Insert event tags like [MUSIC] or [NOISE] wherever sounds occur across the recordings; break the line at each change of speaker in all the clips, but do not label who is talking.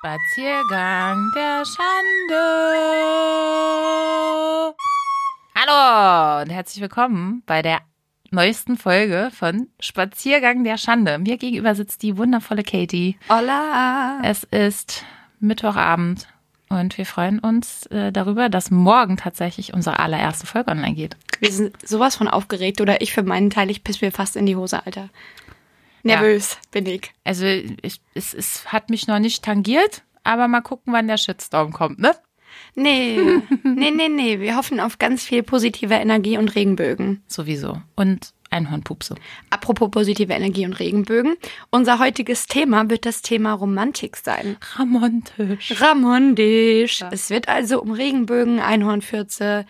Spaziergang der Schande. Hallo und herzlich willkommen bei der neuesten Folge von Spaziergang der Schande. Mir gegenüber sitzt die wundervolle Katie.
Hola!
Es ist Mittwochabend und wir freuen uns äh, darüber, dass morgen tatsächlich unsere allererste Folge online geht.
Wir sind sowas von aufgeregt oder ich für meinen Teil, ich piss mir fast in die Hose, Alter. Nervös bin ich.
Also ich, es, es hat mich noch nicht tangiert, aber mal gucken, wann der Shitstorm kommt, ne?
Nee, nee, nee, nee. Wir hoffen auf ganz viel positive Energie und Regenbögen.
Sowieso. Und Einhornpupse.
Apropos positive Energie und Regenbögen. Unser heutiges Thema wird das Thema Romantik sein.
Ramontisch.
Ramondisch. Es wird also um Regenbögen, Einhornfürze,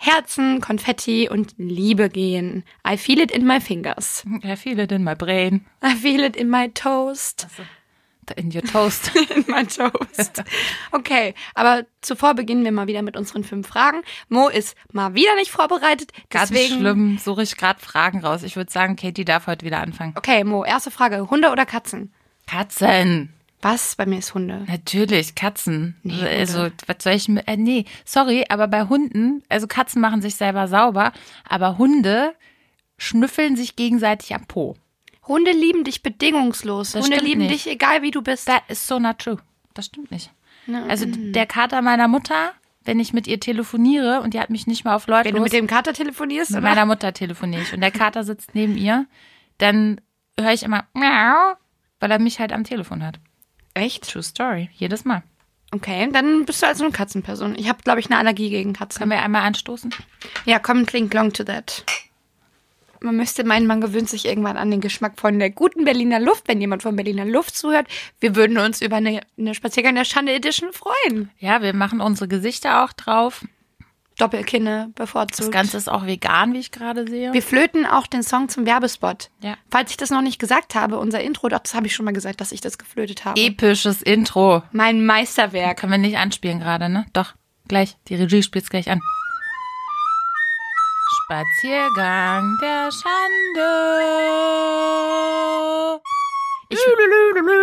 Herzen, Konfetti und Liebe gehen. I feel it in my fingers.
Ja, viele in my brain.
I feel it in my toast.
In your
[LAUGHS]
toast.
in mein Toast. Okay, aber zuvor beginnen wir mal wieder mit unseren fünf Fragen. Mo ist mal wieder nicht vorbereitet,
Ganz
deswegen.
schlimm, suche ich gerade Fragen raus. Ich würde sagen, Katie darf heute wieder anfangen.
Okay, Mo, erste Frage: Hunde oder Katzen?
Katzen.
Was? Bei mir ist Hunde.
Natürlich, Katzen. also, was soll ich mit. Äh, nee, sorry, aber bei Hunden, also Katzen machen sich selber sauber, aber Hunde schnüffeln sich gegenseitig am Po.
Hunde lieben dich bedingungslos.
Das
Hunde
stimmt
lieben
nicht.
dich, egal wie du bist.
That is so not true. Das stimmt nicht. Also
mm.
der Kater meiner Mutter, wenn ich mit ihr telefoniere und die hat mich nicht mal auf Leute
Wenn du mit dem Kater telefonierst,
mit
oder?
meiner Mutter telefoniere ich und der Kater sitzt neben ihr, dann höre ich immer miau, weil er mich halt am Telefon hat.
echt?
True story. Jedes Mal.
Okay, dann bist du also eine Katzenperson. Ich habe, glaube ich, eine Allergie gegen Katzen.
Können wir einmal anstoßen?
Ja, komm, klingt long to that. Man müsste meinen, man gewöhnt sich irgendwann an den Geschmack von der guten Berliner Luft. Wenn jemand von Berliner Luft zuhört, wir würden uns über eine, eine Spaziergang der Schande Edition freuen.
Ja, wir machen unsere Gesichter auch drauf.
Doppelkinne
Das
bevorzugt.
Ganze ist auch vegan, wie ich gerade sehe.
wir flöten auch den Song zum Werbespot.
Ja.
Falls ich das noch nicht gesagt habe, unser Intro, doch, das habe ich schon mal gesagt, dass ich das geflötet habe.
Episches Intro.
mein Meisterwerk.
Können wir nicht anspielen gerade, ne? Doch, gleich. Die Regie spielt's gleich an. Spaziergang der Schande.
Ich,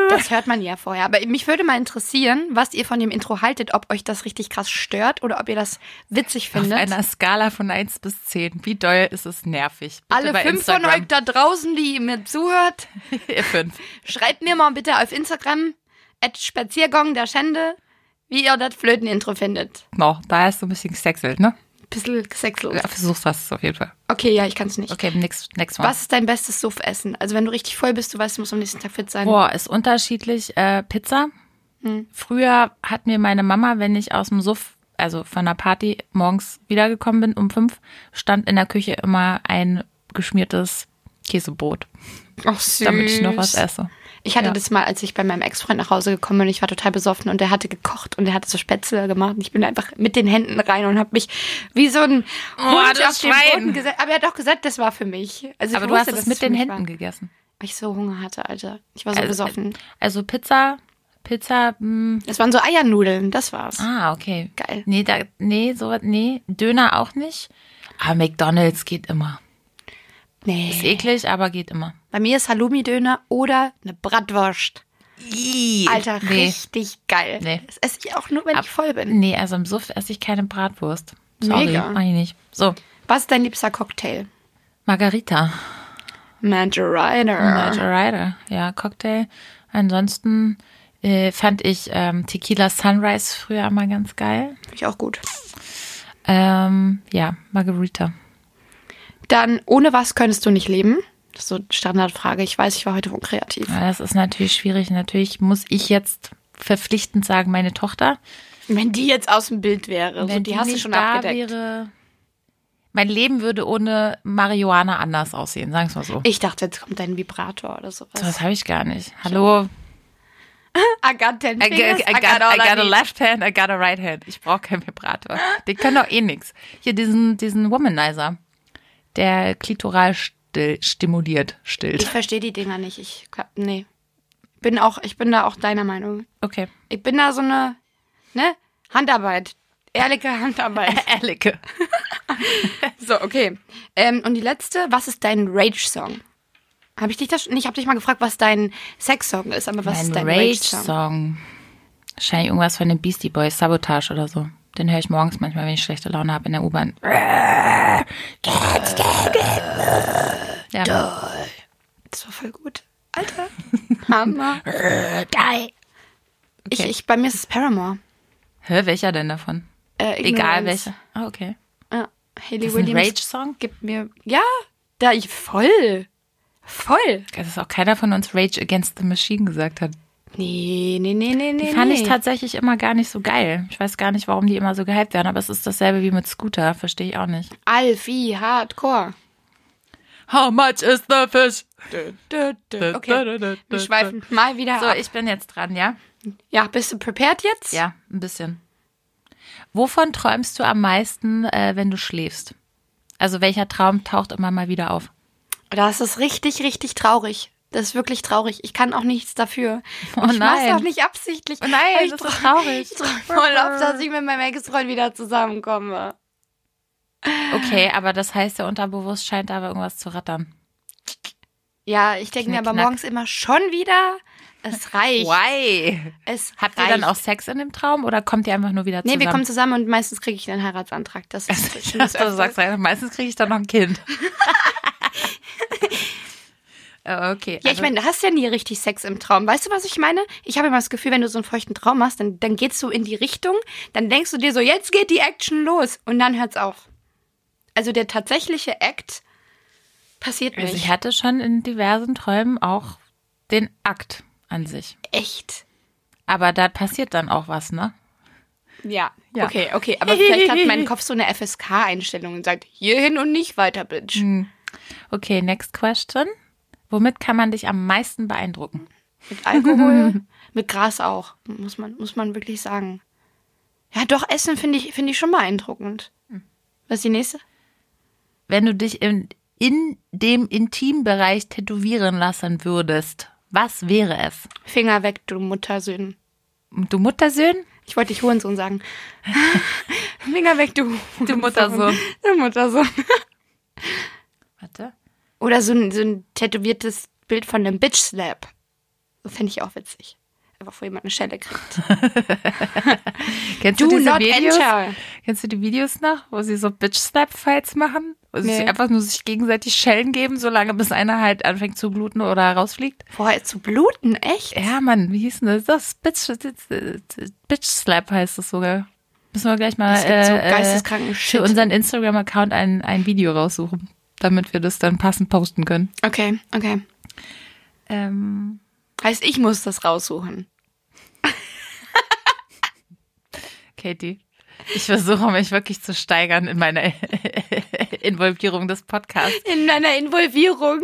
das hört man ja vorher. Aber mich würde mal interessieren, was ihr von dem Intro haltet, ob euch das richtig krass stört oder ob ihr das witzig
Auf
findet.
einer Skala von 1 bis 10. Wie doll ist es nervig? Bitte
Alle
bei
fünf von euch
Instagram.
da draußen, die mir zuhört,
[LAUGHS] Ihr fünf.
schreibt mir mal bitte auf Instagram, at Spaziergang der Schande, wie ihr das Flötenintro findet.
No, da hast du ein bisschen gesexelt, ne?
Bisschen sexlos.
Ja, versuch's was auf jeden Fall.
Okay, ja, ich kann's nicht.
Okay, next, next one.
Was ist dein bestes Suffessen? Also wenn du richtig voll bist, du weißt, du musst am nächsten Tag fit sein.
Boah, ist unterschiedlich. Äh, Pizza. Hm. Früher hat mir meine Mama, wenn ich aus dem Suff, also von der Party morgens wiedergekommen bin um fünf, stand in der Küche immer ein geschmiertes Käsebrot,
Ach, süß.
damit ich noch was esse.
Ich hatte
Ja.
das mal, als ich bei meinem Ex-Freund nach Hause gekommen bin. Ich war total besoffen und der hatte gekocht und der hatte so Spätzle gemacht. Und ich bin einfach mit den Händen rein und habe mich wie so ein Hund
Oh, du
auf den
Schwein.
Boden gesetzt. Aber er hat auch gesagt, das war für mich. Also
Aber
ich
du hast
wusste, dass
es
es
mit
für
den
mich
Händen
war.
gegessen.
Weil ich so Hunger hatte, Alter. Ich war so besoffen.
Also Pizza, Pizza, hm, mh.
Das waren so Eiernudeln, das war's.
ah, okay.
Geil.
Nee, da, nee, sowas, nee. Döner auch nicht. Aber McDonalds geht immer. Ist
Nee.
eklig, aber geht immer.
Bei mir ist Halloumi-Döner oder eine Bratwurst. Alter,
nee.
richtig geil.
Nee.
Das esse ich auch nur, wenn ich voll bin.
Nee, also im Suff esse ich keine Bratwurst. Sorry,
Mega.
mach ich nicht. So,
Was ist dein liebster Cocktail?
Margarita.
Margarita.
Margarita, ja, Cocktail. Ansonsten äh, fand ich ähm, Tequila Sunrise früher immer ganz geil.
Finde ich auch gut.
Ähm, ja, Margarita.
Dann, ohne was könntest du nicht leben? Das ist so eine Standardfrage. Ich weiß, ich war heute unkreativ.
Ja, das ist natürlich schwierig. Natürlich muss ich jetzt verpflichtend sagen, meine Tochter.
Wenn die jetzt aus dem Bild wäre, so,
Wenn
die, hast du
nicht
schon
da
abgedeckt.
wäre, mein Leben würde ohne Marihuana anders aussehen, sagen wir mal so.
Ich dachte, jetzt kommt dein Vibrator oder sowas.
so was habe ich gar nicht. Hallo,
I got ten
I
fingers,
got, I, got, I got a left hand, I got a right hand. Ich brauche keinen Vibrator. Die können doch eh nix. Hier diesen, diesen Womanizer, der klitoral still, stimuliert,
Ich
stillt.
verstehe die Dinger nicht. Ich glaub, nee. Bin auch, ich bin da auch deiner Meinung.
[LAUGHS] Okay.
Ich bin da so eine, ne? Handarbeit. Ehrliche Handarbeit.
Erlicke.
[LAUGHS] so, okay. Ähm, und die letzte, was ist dein Rage-Song? Habe ich dich das schon? Ich habe dich mal gefragt, was dein Sex-Song ist, aber was
Mein
ist dein
Rage-Song. Wahrscheinlich irgendwas von den Beastie Boys, Sabotage oder so. Den höre ich morgens manchmal, wenn ich schlechte Laune habe in der U-Bahn. Ja.
Das war voll gut.
[LAUGHS]
Alter. Mama. Geil. Ich,
Okay.
ich, bei mir ist es Paramore.
Hör welcher denn davon?
Äh,
Egal
Ignorance.
welcher. Ah, okay.
Ja. Hayley
Ist das ein
Williams
Rage-Song?
gibt mir. Ja, da ich voll. Voll.
Es ist auch keiner von uns Rage Against the Machine gesagt hat.
Nee, nee, nee, nee, nee.
Die fand
nee.
ich tatsächlich immer gar nicht so geil. Ich weiß gar nicht, warum die immer so gehypt werden, aber es ist dasselbe wie mit Scooter, verstehe ich auch nicht.
Alfie, Hardcore.
How much is the fish? Äh,
Okay,
[LAUGHS]
wir schweifen mal wieder
So,
ab.
ich bin jetzt dran, ja?
Ja, bist du prepared jetzt?
Ja, ein bisschen. Wovon träumst du am meisten, äh, wenn du schläfst? Also welcher Traum taucht immer mal wieder auf?
Das ist richtig, richtig traurig. Das ist wirklich traurig. Ich kann auch nichts dafür.
Oh
Und ich
nein.
mach's auch nicht absichtlich.
Oh nein,
Aber ich
das ist
trau-
traurig.
Ich träume voll oft, dass ich mit meinem Ex-Freund wieder zusammenkomme.
Okay, aber das heißt, der Unterbewusst scheint aber irgendwas zu rattern.
Ja, ich denke mir aber
Knickknack.
morgens immer schon wieder. Es reicht.
Why?
Es
Habt ihr
reicht.
dann auch Sex in dem Traum oder kommt ihr einfach nur wieder
Nee,
zusammen?
wir kommen zusammen Also und meistens kriege ich einen Heiratsantrag. [LAUGHS] Das
[LAUGHS]
ist
Ich dachte, du sagst, einfach, meistens kriege ich dann noch ein
[LAUGHS]
Kind. Äh, okay.
Ja, ich meine, du hast ja nie richtig Sex im Traum. Weißt du, was ich meine? Ich habe immer das Gefühl, wenn du so einen feuchten Traum hast, dann, dann geht's so in die Richtung, dann denkst du dir so, jetzt geht die Action los und dann hört's auf. Also der tatsächliche Act passiert
also, also ich
nicht.
hatte schon in diversen Träumen auch den Akt an sich.
Echt.
Aber da passiert dann auch was, ne?
Ja.
Ja.
Okay, okay. Aber vielleicht hat mein Kopf so eine FSK-Einstellung und sagt, hierhin und nicht weiter, Bitch.
Hm. Okay, next question. Womit kann man dich am meisten beeindrucken?
Mit
[LAUGHS]
Alkohol, mit Gras auch, muss man, muss man wirklich sagen. Ja, doch, Essen finde ich, finde ich schon beeindruckend.
Hm.
Was ist die nächste?
Wenn du dich in, in dem Intimbereich tätowieren lassen würdest, was wäre es?
Finger weg, du Muttersöhn.
Du Muttersöhn?
Ich wollte dich Hurensohn [LAUGHS] sagen. Finger weg, du.
Du Muttersohn.
Du Muttersohn.
Warte.
Oder so ein, so ein tätowiertes Bild von einem Bitch Slap. So fände ich auch witzig. Einfach, wo jemand eine Schelle kriegt.
Kennst
Do
du diese
not
Videos?
enter.
Kennst du die Videos noch, wo sie so Bitch-Slap-Fights machen? Wo sie
Nee.
sich einfach nur sich gegenseitig Schellen geben, solange bis einer halt anfängt zu bluten oder rausfliegt?
Vorher zu bluten, echt?
Ja, Mann, wie hieß denn das? Das Bitch- Bitch-Slap heißt das sogar. Müssen wir gleich mal äh,
Es gibt so geisteskranken Shit.
für unseren Instagram-Account ein, ein Video raussuchen, damit wir das dann passend posten können.
Okay, okay.
Ähm,
Heißt, ich muss das raussuchen.
Katie, ich versuche mich wirklich zu steigern in meiner [LAUGHS] Involvierung des Podcasts.
In meiner Involvierung.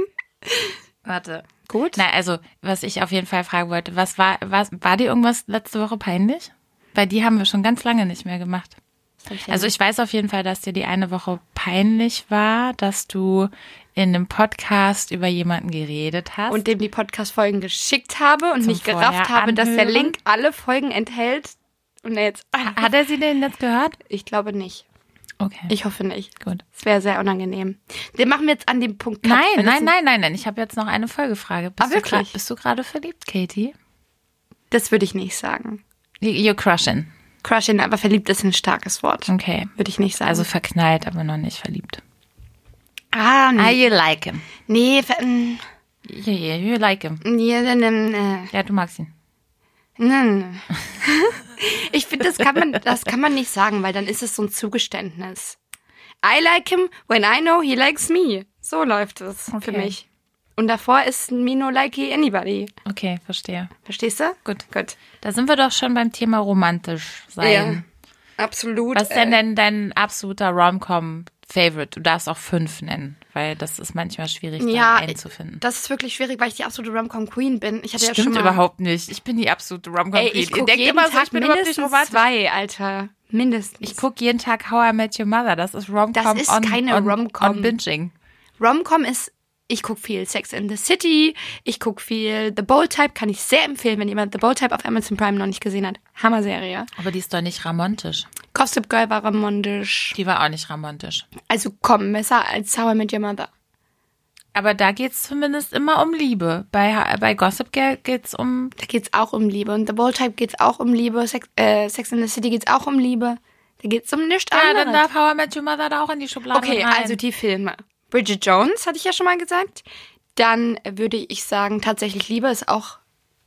Warte.
Gut.
Na, also, was ich auf jeden Fall fragen wollte, was war, was, war dir irgendwas letzte Woche peinlich? Weil die haben wir schon ganz lange nicht mehr gemacht. Also ich weiß auf jeden Fall, dass dir die eine Woche peinlich war, dass du in einem Podcast über jemanden geredet hast.
und dem die Podcast-Folgen geschickt habe und
Zum
nicht gerafft
Vorher
habe, dass der
anhören.
Link alle Folgen enthält. Und er jetzt.
hat er sie denn jetzt gehört?
Ich glaube nicht.
Okay,
Ich hoffe nicht.
gut.
Es wäre sehr unangenehm. Den machen wir jetzt an dem Punkt. Cut,
Nein,
wenn das-
nein, nein, nein, nein. Ich habe jetzt noch eine Folgefrage. Bist
Ah,
du
wirklich?
gra- Bist du gerade verliebt, Katie?
Das würde ich nicht sagen.
You're crushing.
Crushing, aber verliebt ist ein starkes Wort.
Okay.
Würde ich nicht sagen.
Also verknallt, aber noch nicht verliebt.
ah, nee.
you like him?
nee, ver- mm,
Yeah, yeah, you like him.
nee, nee, nee, nee,
Ja, du magst ihn.
nee, nee. [LAUGHS] Ich finde, das kann man, das kann man nicht sagen, weil dann ist es so ein Zugeständnis. I like him when I know he likes me. So läuft es für
Okay.
mich. Und davor ist me no likey anybody.
Okay, verstehe.
Verstehst du?
Gut.
Gut.
Da sind wir doch schon beim Thema romantisch sein.
Ja, absolut.
Was ist denn denn dein absoluter Rom-Com-Favorite? Du darfst auch fünf nennen, weil das ist manchmal schwierig,
Ja,
da einen zu finden.
Das ist wirklich schwierig, weil ich die absolute Romcom Queen bin. Ich hatte ja schon
Stimmt
mal,
überhaupt nicht. Ich bin die absolute Rom-Com-Queen.
Ey, ich
Ihr
gucke
denkt
jeden
immer so,
Tag
ich bin überhaupt nicht
mindestens
romantisch.
zwei, Alter. Mindestens.
Ich gucke jeden Tag How I Met Your Mother. Das ist Rom-Com
Das ist
on,
keine
on,
Rom-Com.
on Binging.
Romcom ist ich gucke viel Sex in the City, ich gucke viel The Bold Type, kann ich sehr empfehlen, wenn jemand The Bold Type auf Amazon Prime noch nicht gesehen hat. Hammer-Serie.
Aber die ist doch nicht romantisch.
Gossip Girl war romantisch.
Die war auch nicht romantisch.
Also komm, besser als Sour mit Your Mother.
Aber da geht es zumindest immer um Liebe. Bei, bei Gossip Girl geht es um.
Da geht's auch um Liebe. Und The Bold Type geht's auch um Liebe. Sex, äh, Sex in the City geht's auch um Liebe. Da geht's um nichts
Ja,
anderes.
dann darf How I Met Your Mother da auch in die Schublade
okay,
rein.
also die Filme. Bridget Jones, hatte ich ja schon mal gesagt. Dann würde ich sagen, tatsächlich Liebe ist auch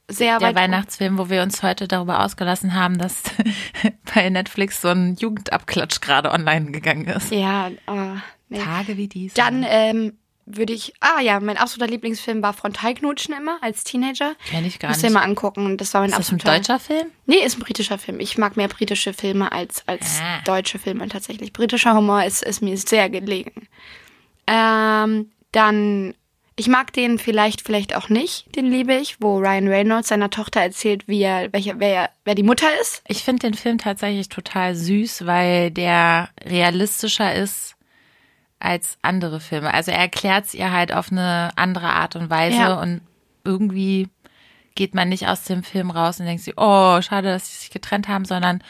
sehr
der
weit
Weihnachtsfilm, wo wir uns heute darüber ausgelassen haben, dass [LAUGHS] bei Netflix so ein Jugendabklatsch gerade online gegangen ist.
Ja, äh, nee.
Tage wie diese.
Dann ähm, würde ich. Ah ja, mein absoluter Lieblingsfilm war Frontalknutschen immer als Teenager.
Kenn ich gar
Müsst ihr
nicht.
mal angucken. Das war mein
ist das ein
absoluter.
deutscher Film?
Nee, ist ein britischer Film. Ich mag mehr britische Filme als, als
Ah.
deutsche Filme tatsächlich. Britischer Humor ist, ist mir sehr gelegen. Ähm, dann, ich mag den vielleicht, vielleicht auch nicht, den liebe ich, wo Ryan Reynolds seiner Tochter erzählt, wie er, welche, wer, wer die Mutter ist.
Ich finde den Film tatsächlich total süß, weil der realistischer ist als andere Filme. Also er erklärt es ihr halt auf eine andere Art und Weise
Ja.
und irgendwie geht man nicht aus dem Film raus und denkt sich, oh, schade, dass sie sich getrennt haben, sondern,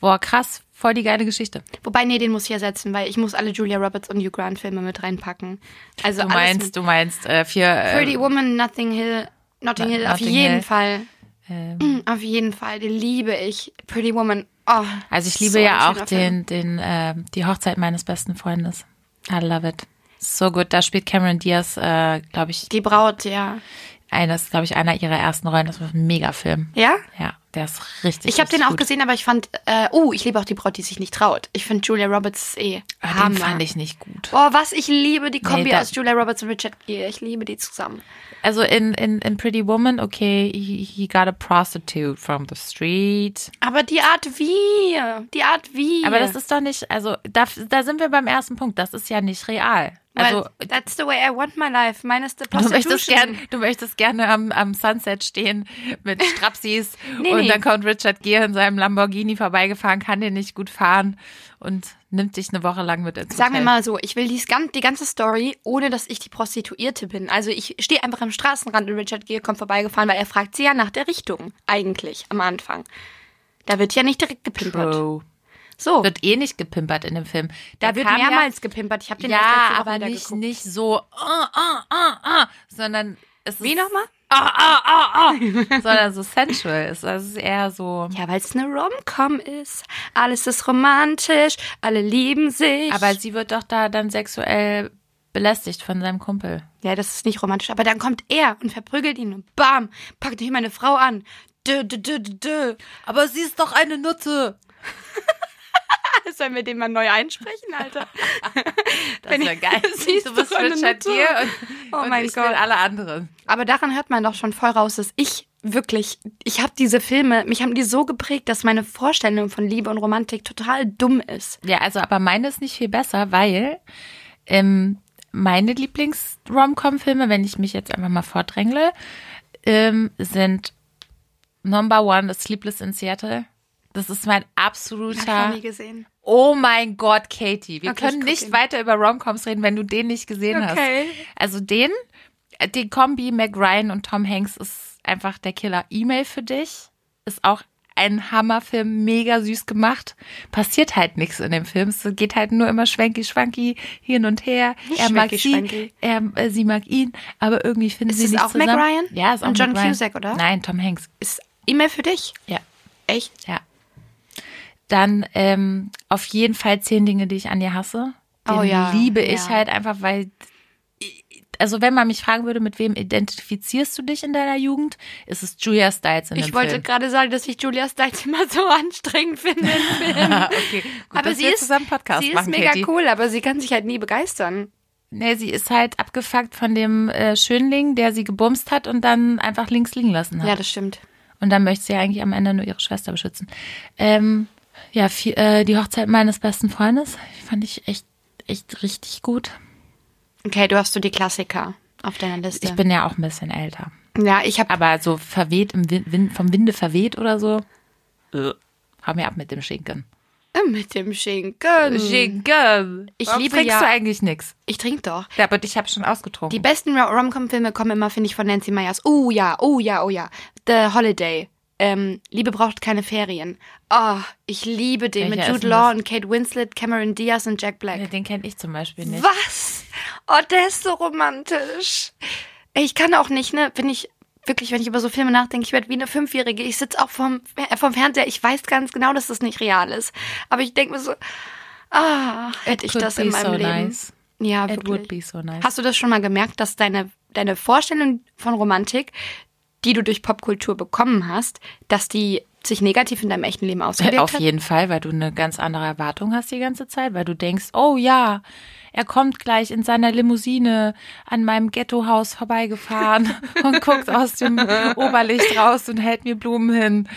boah, krass, voll die geile Geschichte.
Wobei, nee, den muss ich ersetzen, weil ich muss alle Julia Roberts und Hugh Grant Filme mit reinpacken. Also
Du
alles
meinst, du meinst, äh, vier, äh,
Pretty Woman, Nothing Hill, Notting Hill, auf
Notting
jeden
Hill.
Fall.
ähm,
Auf jeden Fall, den liebe ich. Pretty Woman. Oh,
Also ich liebe
so ein
ja auch
schöner
den,
Film.
den, ähm, die Hochzeit meines besten Freundes. I love it. So gut. Da spielt Cameron Diaz, äh, glaube ich,
Die Braut, ja.
eines, glaube ich, einer ihrer ersten Rollen. Das war ein Megafilm.
Ja?
Ja, der ist richtig.
Ich habe
richtig
den auch
gut.
gesehen, aber ich fand, äh, oh, ich liebe auch die Braut, die sich nicht traut. Ich finde Julia Roberts ist eh
Aber
Hammer.
Ah, Den fand ich nicht gut.
Oh, was ich liebe die Kombi
da-
aus Julia Roberts und Richard Gere. Ich liebe die zusammen.
Also in, in, in Pretty Woman, okay, he, he got a prostitute from the street.
Aber die Art wie, die Art wie.
Aber das ist doch nicht, also da, da sind wir beim ersten Punkt. Das ist ja nicht real.
Well,
Also
that's the way I want my life. Meine ist the
Du
Prostitution.
möchtest, gern, du möchtest gerne am, am Sunset stehen
[LAUGHS]
mit Strapsis
Nee,
und
nee.
dann kommt Richard Gere in seinem Lamborghini vorbeigefahren, kann den nicht gut fahren und nimmt dich eine Woche lang mit ins
Sagen wir
Hotel.
mal so, ich will dies gan die ganze Story, ohne dass ich die Prostituierte bin. Also ich stehe einfach am Straßenrand und Richard Gere kommt vorbeigefahren, weil er fragt sie ja nach der Richtung, eigentlich, am Anfang. Da wird ja nicht direkt gepimpert.
Bro.
So,
Wird eh nicht gepimpert in dem Film. Da
da wird
kam
mehrmals gepimpert. Ich habe
Ja,
den erst letzte
ja
Woche
aber
wieder
nicht,
geguckt.
nicht so, ah, ah, ah, ah, sondern es
Wie
ist,
nochmal?
ah, ah,
[LAUGHS]
ah, ah, sondern so sensual. Es es ist eher so.
Ja, weil es eine Rom-Com ist. Alles ist romantisch, alle lieben sich.
Aber sie wird doch da dann sexuell belästigt von seinem Kumpel.
ja, das ist nicht romantisch. Aber dann kommt er und verprügelt ihn und bam, packt hier meine Frau an. Dö, dö, dö, dö, dö.
Aber sie ist doch eine Nutte.
[LAUGHS] Sollen wir den mal neu einsprechen, Alter?
Das wäre [LAUGHS] geil.
Siehst
du bist
eine
Richard
Natur.
Gere und,
Oh
und
mein
ich
Gott.
bin alle anderen.
[LAUGHS] Aber daran hört man doch schon voll raus, dass ich wirklich, ich habe diese Filme, mich haben die so geprägt, dass meine Vorstellung von Liebe und Romantik total dumm ist.
Ja, also aber meine ist nicht viel besser, weil ähm, meine Lieblings-Rom-Com-Filme, wenn ich mich jetzt einfach mal vordrängle, ähm, sind Number One, das Sleepless in Seattle. Das ist mein absoluter.
gesehen.
Oh mein Gott, Katie, wir
Okay, ich
können
guck
nicht
ihn.
weiter über Romcoms reden, wenn du den nicht gesehen
Okay.
hast. Also den, äh, die Kombi Mac Ryan und Tom Hanks ist einfach der Killer. E-Mail für dich ist auch ein Hammerfilm, mega süß gemacht. Passiert halt nichts in dem Film. Es geht halt nur immer schwenki schwanki hin und her.
Nicht
er mag sie,
schwenki-schwanki.
er, äh, sie mag ihn, aber irgendwie finden
Ist
sie
es
nichts
auch Mac
zusammen.
Ryan?
Ja, ist auch
Und John
Mac Ryan.
Cusack, oder?
Nein, Tom Hanks.
Ist E-Mail für dich?
Ja.
Echt?
Ja. Dann ähm, auf jeden Fall zehn Dinge, die ich an dir hasse. Den
Oh ja,
liebe ich
ja.
halt einfach, weil also wenn man mich fragen würde, mit wem identifizierst du dich in deiner Jugend, ist es Julia Stiles in
Ich
dem
wollte
Film.
gerade sagen, dass ich Julia Stiles immer [LAUGHS] so anstrengend finde.
Ah, okay. Gut,
aber
dass
sie
wir
ist,
zusammen Podcast
sie ist
machen,
mega
Katie.
cool, aber sie kann sich halt nie begeistern.
Nee, sie ist halt abgefuckt von dem äh, Schönling, der sie gebumst hat und dann einfach links liegen lassen hat.
Ja, das stimmt.
Und dann möchte sie ja eigentlich am Ende nur ihre Schwester beschützen. Ähm, ja, vi- äh, die Hochzeit meines besten Freundes fand ich echt, echt richtig gut.
Okay, du hast so die Klassiker auf deiner Liste.
Ich bin ja auch ein bisschen älter.
ja, ich habe
Aber so verweht, im Win- Win- vom Winde verweht oder so. Äh, hau mir ab mit dem Schinken.
[LAUGHS] mit dem Schinken.
Schinken! Ich
Hm. Warum
liebe
trinkst
ja.
du
eigentlich nichts.
Ich trinke doch.
Ja, aber ich habe schon ausgetrunken.
Die besten Ro- Rom-Com-Filme kommen immer, finde ich, von Nancy Meyers. Oh ja, oh ja, oh ja. The Holiday. Ähm, Liebe braucht keine Ferien. Oh, ich liebe den
Welcher
mit
ist
Jude
denn
Law
das?
und Kate Winslet, Cameron Diaz und Jack Black.
den kenne ich zum Beispiel nicht.
Was? Oh, der ist so romantisch. Ey, Ich kann auch nicht, ne? Wenn ich wirklich, wenn ich über so Filme nachdenke, ich werde wie eine Fünfjährige. Ich sitze auch vom, äh, vom Fernseher. Ich weiß ganz genau, dass das nicht real ist. Aber ich denke mir so, ah, hätte ich
could
das in
be
meinem
so
Leben.
nice.
Ja,
It would
wirklich.
be so nice.
Hast du das schon mal gemerkt, dass deine, deine Vorstellung von Romantik, die du durch Popkultur bekommen hast, dass die sich negativ in deinem echten Leben ausgewirkt
Äh, Auf
hat?
jeden Fall, weil du eine ganz andere Erwartung hast die ganze Zeit, weil du denkst, oh ja, er kommt gleich in seiner Limousine an meinem Ghettohaus vorbeigefahren und guckt aus dem Oberlicht raus und hält mir Blumen hin.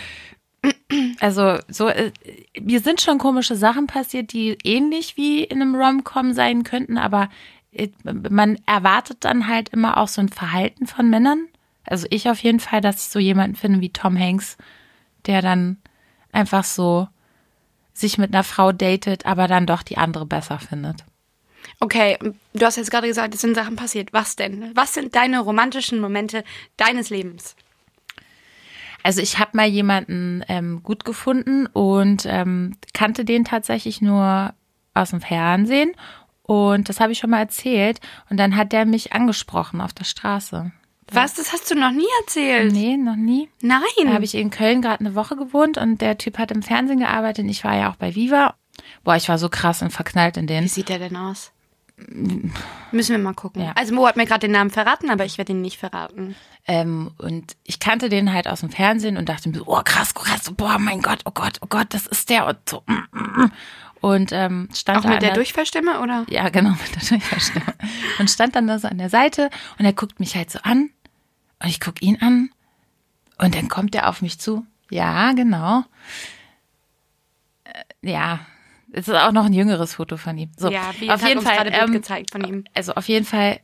Also so, äh, mir sind schon komische Sachen passiert, die ähnlich wie in einem Rom-Com sein könnten, aber äh, man erwartet dann halt immer auch so ein Verhalten von Männern. Also ich auf jeden Fall, dass ich so jemanden finde wie Tom Hanks, der dann einfach so sich mit einer Frau datet, aber dann doch die andere besser findet.
Okay, du hast jetzt gerade gesagt, es sind Sachen passiert. Was denn? Was sind deine romantischen Momente deines Lebens?
Also ich habe mal jemanden ähm, gut gefunden und ähm, kannte den tatsächlich nur aus dem Fernsehen. Und das habe ich schon mal erzählt. Und dann hat der mich angesprochen auf der Straße.
Was? Das hast du noch nie erzählt?
Nee, noch nie.
Nein.
Da habe ich in Köln gerade eine Woche gewohnt und der Typ hat im Fernsehen gearbeitet und ich war ja auch bei Viva. Boah, ich war so krass und verknallt in den.
Wie sieht der denn aus? Müssen wir mal gucken.
Ja.
Also Mo hat mir gerade den Namen verraten, aber ich werde ihn nicht verraten.
Ähm, und ich kannte den halt aus dem Fernsehen und dachte mir so, oh krass, krass, boah, mein Gott, oh Gott, oh Gott, das ist der und so. mm, mm, mm. Und ähm, stand
Auch
da an
mit der Durchfallstimme, oder?
Ja, genau, mit der Durchfallstimme. und stand dann da so an der Seite und er guckt mich halt so an und ich guck ihn an und dann kommt er auf mich zu. Ja, genau. Äh, ja, es ist auch noch ein jüngeres Foto von ihm. So,
wie auf jeden Fall gerade Bild
ähm,
gezeigt von ihm.
also auf jeden Fall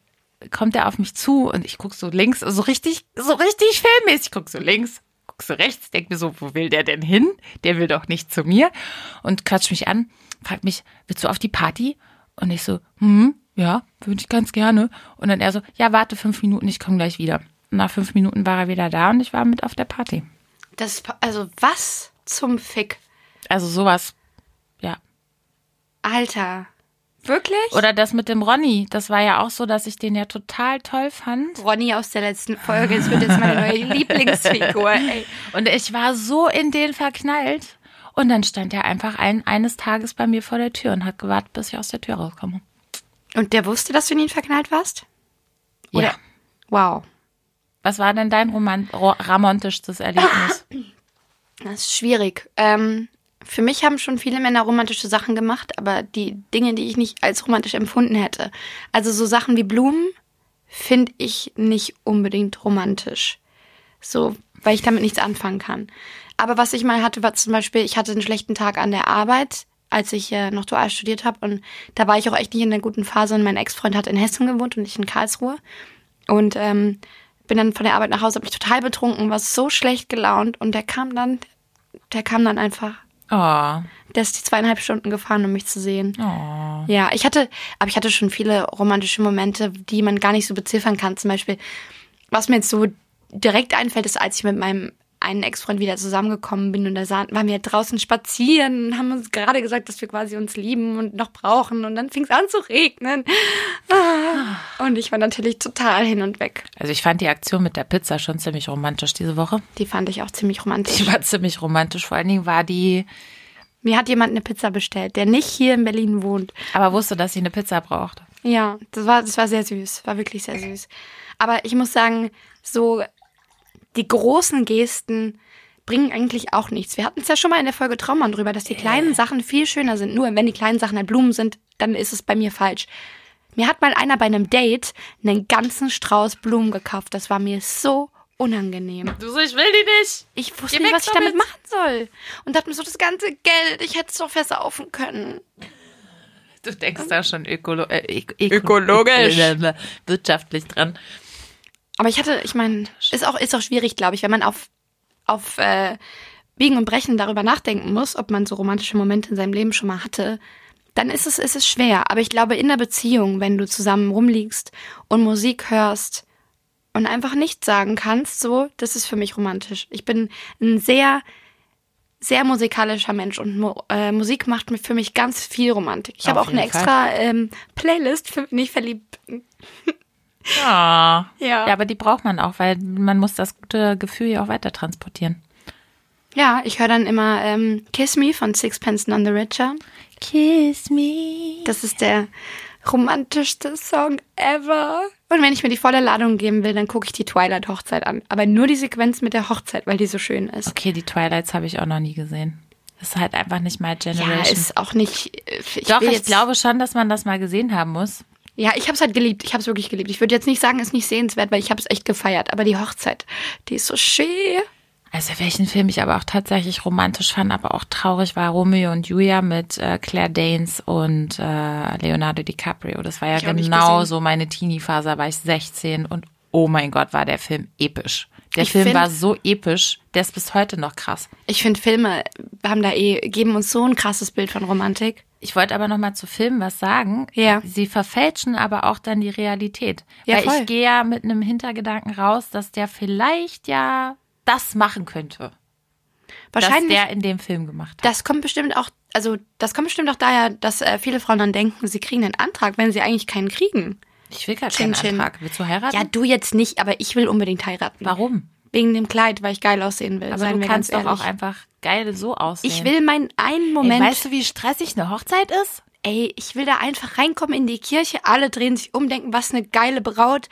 kommt er auf mich zu und ich guck so links, so richtig, so richtig filmmäßig, ich guck so links, guck so rechts, denk mir so, wo will der denn hin? Der will doch nicht zu mir und quatscht mich an, fragt mich, willst du auf die Party? Und ich so, hm, ja, würde ich ganz gerne. Und dann er so, ja, warte fünf Minuten, ich komme gleich wieder. Und nach fünf Minuten war er wieder da und ich war mit auf der Party.
Das, pa- also was zum Fick?
Also sowas, ja.
Alter. Wirklich?
Oder das mit dem Ronny, das war ja auch so, dass ich den ja total toll fand.
Ronny aus der letzten Folge, das wird jetzt meine [LAUGHS] neue Lieblingsfigur. Ey.
Und ich war so in den verknallt. Und dann stand er einfach ein, eines Tages bei mir vor der Tür und hat gewartet, bis ich aus der Tür rauskomme.
Und der wusste, dass du in ihn verknallt warst?
Oder
Oder- Wow.
was war denn dein Roman ro romantischstes [LAUGHS] Erlebnis?
Das ist schwierig. Ähm, für mich haben schon viele Männer romantische Sachen gemacht, aber die Dinge, die ich nicht als romantisch empfunden hätte. Also so Sachen wie Blumen finde ich nicht unbedingt romantisch. So, weil ich damit nichts anfangen kann. Aber was ich mal hatte, war zum Beispiel, ich hatte einen schlechten Tag an der Arbeit, als ich äh, noch dual studiert habe. Und da war ich auch echt nicht in einer guten Phase. Und mein Ex-Freund hat in Hessen gewohnt und ich in Karlsruhe. Und ähm, bin dann von der Arbeit nach Hause, habe mich total betrunken, war so schlecht gelaunt. Und der kam dann, der kam dann einfach.
Oh,
Der ist die zweieinhalb Stunden gefahren, um mich zu sehen.
oh.
Ja, ich hatte, aber ich hatte schon viele romantische Momente, die man gar nicht so beziffern kann. Zum Beispiel, was mir jetzt so direkt einfällt, ist, als ich mit meinem einen Ex-Freund wieder zusammengekommen bin und da sahen, waren wir draußen spazieren und haben uns gerade gesagt, dass wir quasi uns lieben und noch brauchen und dann fing es an zu regnen. Ah. Und ich war natürlich total hin und weg.
Also ich fand die Aktion mit der Pizza schon ziemlich romantisch diese Woche.
Die fand ich auch ziemlich
Die
romantisch.
war ziemlich romantisch. Vor allen Dingen war die,
Mir hat jemand eine Pizza bestellt, der nicht hier in Berlin wohnt.
aber wusste, dass sie eine Pizza braucht.
Ja, das war, das war sehr süß, war wirklich sehr süß. Aber ich muss sagen, so die großen Gesten bringen eigentlich auch nichts. Wir hatten es ja schon mal in der Folge Traummann drüber, dass die kleinen Sachen viel schöner sind. Nur wenn die kleinen Sachen halt Blumen sind, dann ist es bei mir falsch. Mir hat mal einer bei einem Date einen ganzen Strauß Blumen gekauft. Das war mir so unangenehm.
Du so, ich will die nicht.
Ich wusste
Geh
nicht,
weg
was ich damit
damit.
machen soll. Und dachte mir so, das ganze Geld, ich hätte es doch versaufen können.
Du denkst da schon ökolo äh, ök- öko-
Ökologisch.
[LAUGHS] wirtschaftlich dran.
Aber ich hatte, ich meine, ist auch, ist auch schwierig, glaube ich, wenn man auf, auf äh, Biegen und Brechen darüber nachdenken muss, ob man so romantische Momente in seinem Leben schon mal hatte, dann ist es, ist es schwer. Aber ich glaube, in der Beziehung, wenn du zusammen rumliegst und Musik hörst und einfach nichts sagen kannst, so, das ist für mich romantisch. Ich bin ein sehr sehr musikalischer Mensch und Mo äh, Musik macht mir für mich ganz viel Romantik. Ich
Auf
habe auch eine
jeden Fall.
extra ähm, Playlist für nicht verliebt.
Ja.
Ja.
ja, aber die braucht man auch, weil man muss das gute Gefühl ja auch weiter transportieren.
Ja, ich höre dann immer ähm, Kiss Me von Sixpence None the Richer.
Kiss me.
Das ist der romantischste Song ever. Und wenn ich mir die volle Ladung geben will, dann gucke ich die Twilight Hochzeit an. Aber nur die Sequenz mit der Hochzeit, weil die so schön ist.
Okay, die Twilights habe ich auch noch nie gesehen. Das ist halt einfach nicht my Generation.
Ja, ist auch nicht. äh, Ich
Doch,
will
ich
jetzt,
glaube schon, dass man das mal gesehen haben muss.
Ja, ich hab's halt geliebt. Ich hab's wirklich geliebt. Ich würde jetzt nicht sagen, ist nicht sehenswert, weil ich hab's echt gefeiert. Aber die Hochzeit, die ist so schön.
Also welchen Film ich aber auch tatsächlich romantisch fand, aber auch traurig war Romeo und Julia mit äh, Claire Danes und äh, Leonardo DiCaprio. Das war ja
auch nicht
genau
gesehen.
so meine Teenie-Phase, da war ich 16 und oh mein Gott, war der Film episch. Der
Ich
Film
find-
war so episch, der ist bis heute noch krass.
Ich finde, Filme haben da eh, geben uns so ein krasses Bild von Romantik.
Ich wollte aber noch mal zu Filmen was sagen.
Ja.
Sie verfälschen aber auch dann die Realität.
Ja,
weil
voll.
ich gehe ja mit einem Hintergedanken raus, dass der vielleicht ja das machen könnte, was
Wahrscheinlich.
der in dem Film gemacht hat.
Das kommt bestimmt auch, also das kommt bestimmt auch daher, dass äh, viele Frauen dann denken, sie kriegen einen Antrag, wenn sie eigentlich keinen kriegen.
Ich will gar
Chin,
keinen
chin.
Antrag. Willst du heiraten?
Ja, du jetzt nicht, aber ich will unbedingt heiraten.
Warum?
Wegen dem Kleid, weil ich geil aussehen will.
Aber
seien
du
wir
kannst
ganz
doch
ehrlich.
auch einfach geil so aussehen.
Ich will meinen einen
Ey,
Moment, ey,
weißt du, wie stressig eine Hochzeit ist?
ich will da einfach reinkommen in die Kirche, alle drehen sich um, denken, was eine geile Braut.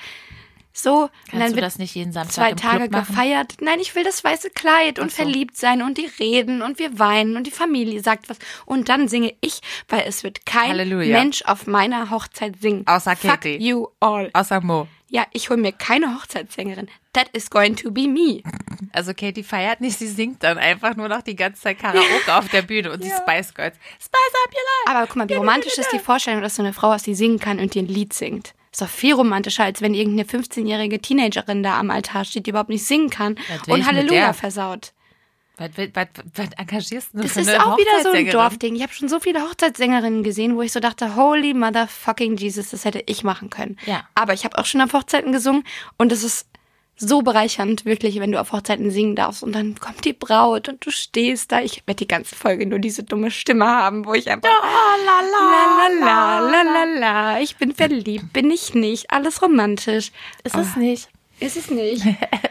So, und
Kannst
dann
du
wird
das nicht jeden Samstag
zwei
im
Tage
Club machen?
gefeiert. Nein, ich will das weiße Kleid und
Ach so.
verliebt sein und die reden und wir weinen und die Familie sagt was. Und dann singe ich, weil es wird kein
Halleluja.
Mensch auf meiner Hochzeit singen.
Außer
Fuck
Katie.
you all.
Außer Mo.
Ja, ich hole mir keine Hochzeitssängerin. That is going to be me.
Also Katie feiert nicht, sie singt dann einfach nur noch die ganze Zeit
[LAUGHS]
Karaoke auf der Bühne und die Spice Girls. Spice up your life!
Aber guck mal, wie romantisch ist die Vorstellung, dass so eine Frau ist, die singen kann und dir ein Lied singt. Ist doch viel romantischer, als wenn irgendeine 15-jährige Teenagerin da am Altar steht, die überhaupt nicht singen kann
Was will ich
und
mit
Halleluja
der?
versaut.
Was, was, was, was engagierst du
Das
für
ist
eine
auch wieder so ein
Hochzeitssängerin?
Dorfding. Ich habe schon so viele Hochzeitssängerinnen gesehen, wo ich so dachte, holy motherfucking Jesus, das hätte ich machen können.
Ja.
Aber ich habe auch schon auf Hochzeiten gesungen und es ist so bereichernd, wirklich, wenn du auf Hochzeiten singen darfst und dann kommt die Braut und du stehst da. Ich werde die ganze Folge nur diese dumme Stimme haben, wo ich einfach la la la la la. Ich bin verliebt, bin ich nicht, alles romantisch.
Ist es nicht.
Ist es nicht.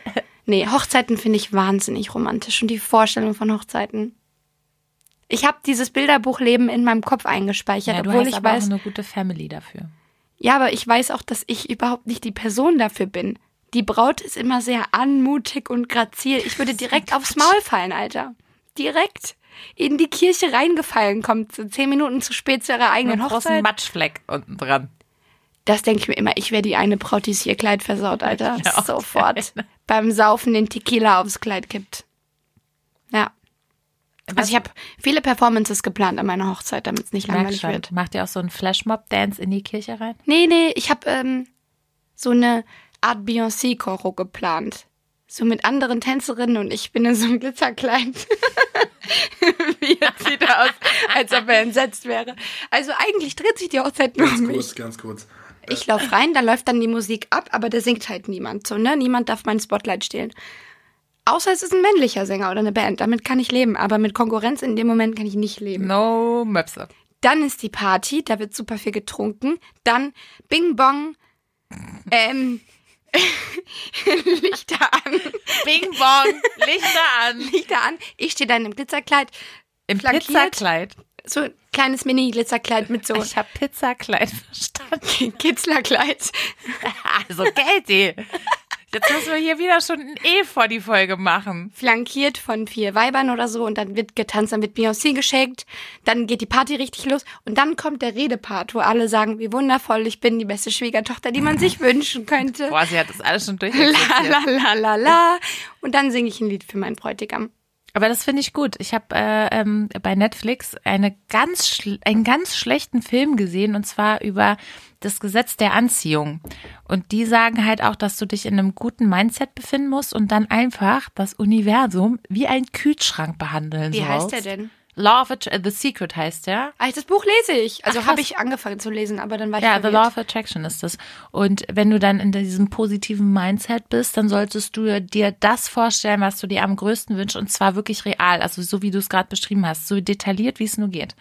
[LAUGHS] nee, Hochzeiten finde ich wahnsinnig romantisch und die Vorstellung von Hochzeiten. Ich habe dieses Bilderbuchleben in meinem Kopf eingespeichert,
Ja, du
obwohl
hast
ich
aber auch
weiß,
eine gute Family dafür.
ja, aber ich weiß auch, dass ich überhaupt nicht die Person dafür bin. Die Braut ist immer sehr anmutig und grazil. Ich würde direkt aufs Maul fallen, Alter. Direkt in die Kirche reingefallen, kommt so zehn Minuten zu spät zu ihrer eigenen
Einen großen
Hochzeit.
Matschfleck unten dran.
Das denke ich mir immer. Ich wäre die eine Braut, die sich ihr Kleid versaut, Alter.
[LAUGHS] Ja, auch
Sofort. Beim Saufen den Tequila aufs Kleid kippt. Ja. Also ich habe viele Performances geplant an meiner Hochzeit, damit es nicht
Merk
langweilig
schon.
wird.
Macht ihr auch so einen Flashmob-Dance in die Kirche rein? [LAUGHS]
Nee, nee, ich habe ähm, so eine Art Beyoncé-Choro geplant. So mit anderen Tänzerinnen und ich bin in so
[LAUGHS]
einem Glitzerkleid. Wie jetzt sieht er aus, als ob er entsetzt wäre. Also eigentlich dreht sich die Hochzeit nur um [LAUGHS]
Ganz
mich.
kurz, ganz kurz.
Ich laufe rein, da läuft dann die Musik ab, aber da singt halt niemand. So, ne? Niemand darf mein Spotlight stehlen. Außer es ist ein männlicher Sänger oder eine Band. Damit kann ich leben, aber mit Konkurrenz in dem Moment kann ich nicht leben.
No Möpse.
Dann ist die Party, da wird super viel getrunken. Dann Bing Bong, ähm, [LAUGHS] Lichter an,
Bing Bong, Lichter an.
Lichter an. Ich stehe dann im Glitzerkleid,
[LAUGHS] Im
Flankiert.
Pizzakleid.
so ein kleines Mini-Glitzerkleid mit so
Ich habe Pizzakleid verstanden.
[LAUGHS] Kitzlerkleid.
[LAUGHS] Also Katie, jetzt müssen wir hier wieder schon ein E vor die Folge machen.
flankiert von vier Weibern oder so und dann wird getanzt, dann wird Beyoncé geschenkt, dann geht die Party richtig los und dann kommt der Redepart, wo alle sagen, wie wundervoll, ich bin die beste Schwiegertochter, die man sich [LAUGHS] wünschen könnte.
Boah, sie hat das alles schon durch.
La la la la la. Und dann singe ich ein Lied für meinen Bräutigam.
Aber das finde ich gut. Ich habe äh, ähm, bei Netflix eine ganz schl- einen ganz schlechten Film gesehen und zwar über das Gesetz der Anziehung. Und die sagen halt auch, dass du dich in einem guten Mindset befinden musst und dann einfach das Universum wie ein Kühlschrank behandeln
Wie
sollst.
heißt der denn?
Law of Attraction, The Secret heißt der.
Ach, Ah, das Buch lese ich. Also
Ach,
habe
krass.
ich angefangen zu lesen, aber dann war ich
Ja, The
verwirrt.
Law of Attraction ist das. Und wenn du dann in diesem positiven Mindset bist, dann solltest du dir das vorstellen, was du dir am größten wünschst und zwar wirklich real, also so wie du es gerade beschrieben hast, so detailliert, wie es nur geht.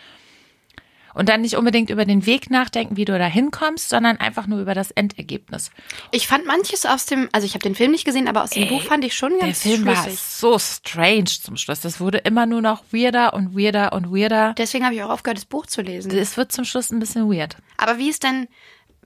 Und dann nicht unbedingt über den Weg nachdenken, wie du da hinkommst, sondern einfach nur über das Endergebnis.
Ich fand manches aus dem, also ich habe den Film nicht gesehen, aber aus dem
Ey,
Buch fand ich schon
Der
ganz
Film war
schlüssig.
so strange zum Schluss. Das wurde immer nur noch weirder und weirder und weirder.
Deswegen habe ich auch aufgehört, das Buch zu lesen.
Es wird zum Schluss ein bisschen weird.
Aber wie ist denn,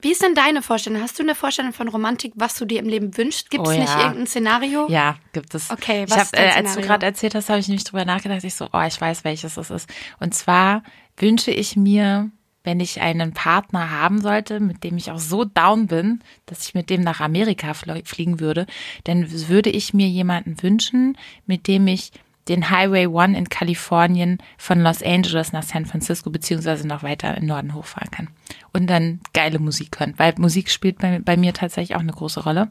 wie ist denn deine Vorstellung? Hast du eine Vorstellung von Romantik, was du dir im Leben wünschst? Gibt es
Oh ja.
nicht irgendein Szenario?
Ja, gibt es.
Okay,
ich
was
hab,
ist dein
äh, Als du
Szenario?
gerade erzählt hast, habe ich nämlich drüber nachgedacht. Ich so, oh, ich weiß, welches es ist. Und zwar wünsche ich mir, wenn ich einen Partner haben sollte, mit dem ich auch so down bin, dass ich mit dem nach Amerika fl- fliegen würde, dann würde ich mir jemanden wünschen, mit dem ich den Highway One in Kalifornien von Los Angeles nach San Francisco beziehungsweise noch weiter im Norden hochfahren kann. Und dann geile Musik hören, weil Musik spielt bei, bei mir tatsächlich auch eine große Rolle.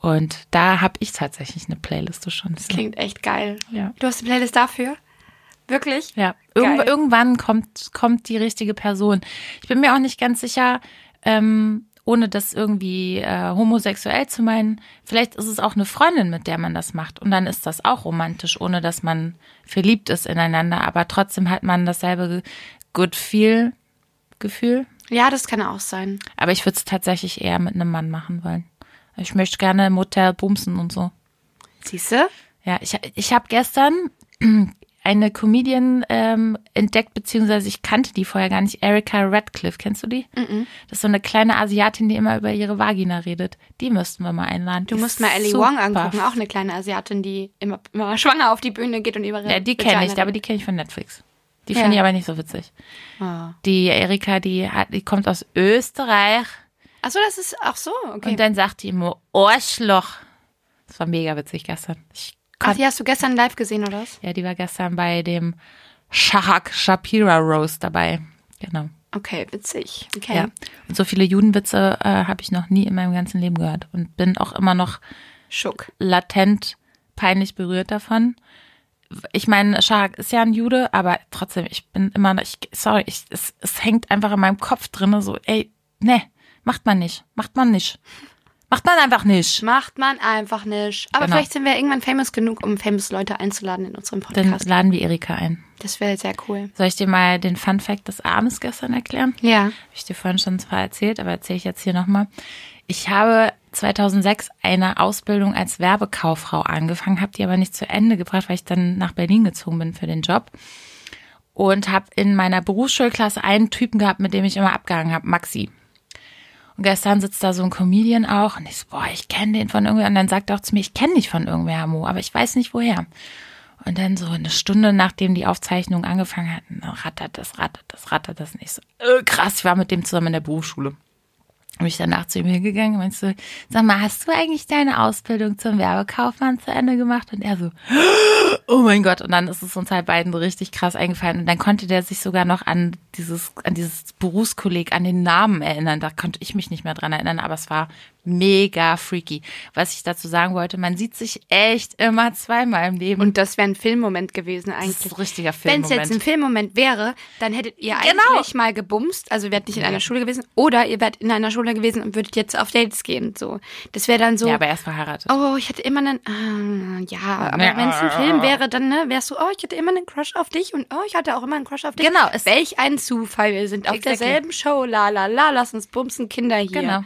Und da habe ich tatsächlich eine Playliste schon.
Klingt echt geil.
Ja.
Du hast eine Playlist dafür? Wirklich?
Ja,
Geil.
Irgendw irgendwann kommt, kommt die richtige Person. Ich bin mir auch nicht ganz sicher, ähm, ohne das irgendwie äh, homosexuell zu meinen. Vielleicht ist es auch eine Freundin, mit der man das macht. Und dann ist das auch romantisch, ohne dass man verliebt ist ineinander. Aber trotzdem hat man dasselbe Good Feel Gefühl.
Ja, das kann auch sein.
Aber ich würde es tatsächlich eher mit einem Mann machen wollen. Ich möchte gerne im Hotel bumsen und so.
Siehst du?
Ja, ich, ich habe gestern [CLEARS THROAT] eine Comedian ähm, entdeckt, beziehungsweise ich kannte die vorher gar nicht, Erika Radcliffe. Kennst du die?
Mhm.
Das ist so eine kleine Asiatin, die immer über ihre Vagina redet. Die müssten wir mal einladen.
Du
Die
musst
ist
mal Ellie
super
Wong angucken, auch eine kleine Asiatin, die immer, immer [LAUGHS] schwanger auf die Bühne geht und über ihre
Ja, die kenne ich,
Vagina
aber die kenne ich von Netflix. Die
Ja.
finde ich aber nicht so witzig.
redet. Ah.
Die Erika, die, hat, die kommt aus Österreich
Ach so, das ist auch so, okay.
und dann sagt die immer Arschloch. Das war mega witzig gestern. Ich
Ach,
kon-
die hast du gestern live gesehen, oder was?
Ja, die war gestern bei dem Shahak Shapira Roast dabei. Genau.
Okay, witzig. Okay.
Ja. Und so viele Judenwitze äh, habe ich noch nie in meinem ganzen Leben gehört und bin auch immer noch
Schuck.
latent peinlich berührt davon. Ich meine, Shahak ist ja ein Jude, aber trotzdem, ich bin immer noch, ich, sorry, ich, es, es hängt einfach in meinem Kopf drinne so, ey, ne, macht man nicht, macht man nicht. Macht man einfach nicht.
Macht man einfach nicht. Aber
Genau.
vielleicht sind wir irgendwann famous genug, um famous Leute einzuladen in unseren
Dann
Podcast.
laden wir Erika ein.
Das wäre sehr cool.
Soll ich dir mal den Fun Fact des Abends gestern erklären?
Ja.
Habe ich dir vorhin schon zwar erzählt, aber erzähle ich jetzt hier nochmal. Ich habe 2006 eine Ausbildung als Werbekauffrau angefangen, habe die aber nicht zu Ende gebracht, weil ich dann nach Berlin gezogen bin für den Job. Und habe in meiner Berufsschulklasse einen Typen gehabt, mit dem ich immer abgehangen habe, Maxi. Und gestern sitzt da so ein Comedian auch und ich so, boah, ich kenne den von irgendwer. Und dann sagt er auch zu mir, ich kenne dich von irgendwer, Mo, aber ich weiß nicht woher. Und dann so eine Stunde, nachdem die Aufzeichnung angefangen hat, rattert das, rattert das, rattert das nicht so. Äh, krass, ich war mit dem zusammen in der Berufsschule. Bin ich danach zu ihm hingegangen und meinst du, sag mal, hast du eigentlich deine Ausbildung zum Werbekaufmann zu Ende gemacht? Und er so, [GASPS] oh mein Gott. Und dann ist es uns halt beiden so richtig krass eingefallen. Und dann konnte der sich sogar noch an dieses, an dieses Berufskolleg, an den Namen erinnern. Da konnte ich mich nicht mehr dran erinnern, aber es war mega freaky. Was ich dazu sagen wollte, man sieht sich echt immer zweimal im Leben.
Und das wäre ein Filmmoment gewesen
Das ist
eigentlich.
ein richtiger
Wenn es
Filmmoment.
jetzt ein Filmmoment wäre, dann hättet ihr
Genau.
eigentlich mal gebumst, also ihr wärt nicht in einer Schule gewesen, oder ihr wärt in einer Schule gewesen und würdet jetzt auf Dates gehen. So, das wäre dann so.
ja, aber er ist verheiratet.
Oh, ich hatte immer einen. Ah, ja, aber
Ja.
wenn es ein Film wäre, dann ne, wärst du, oh, ich hatte immer einen Crush auf dich und oh, ich hatte auch immer einen Crush auf dich.
Genau, es-
Welch ein Zufall. Wir sind auf
Exactly.
derselben Show. La la la, lass uns bumsen, Kinder hier.
Genau.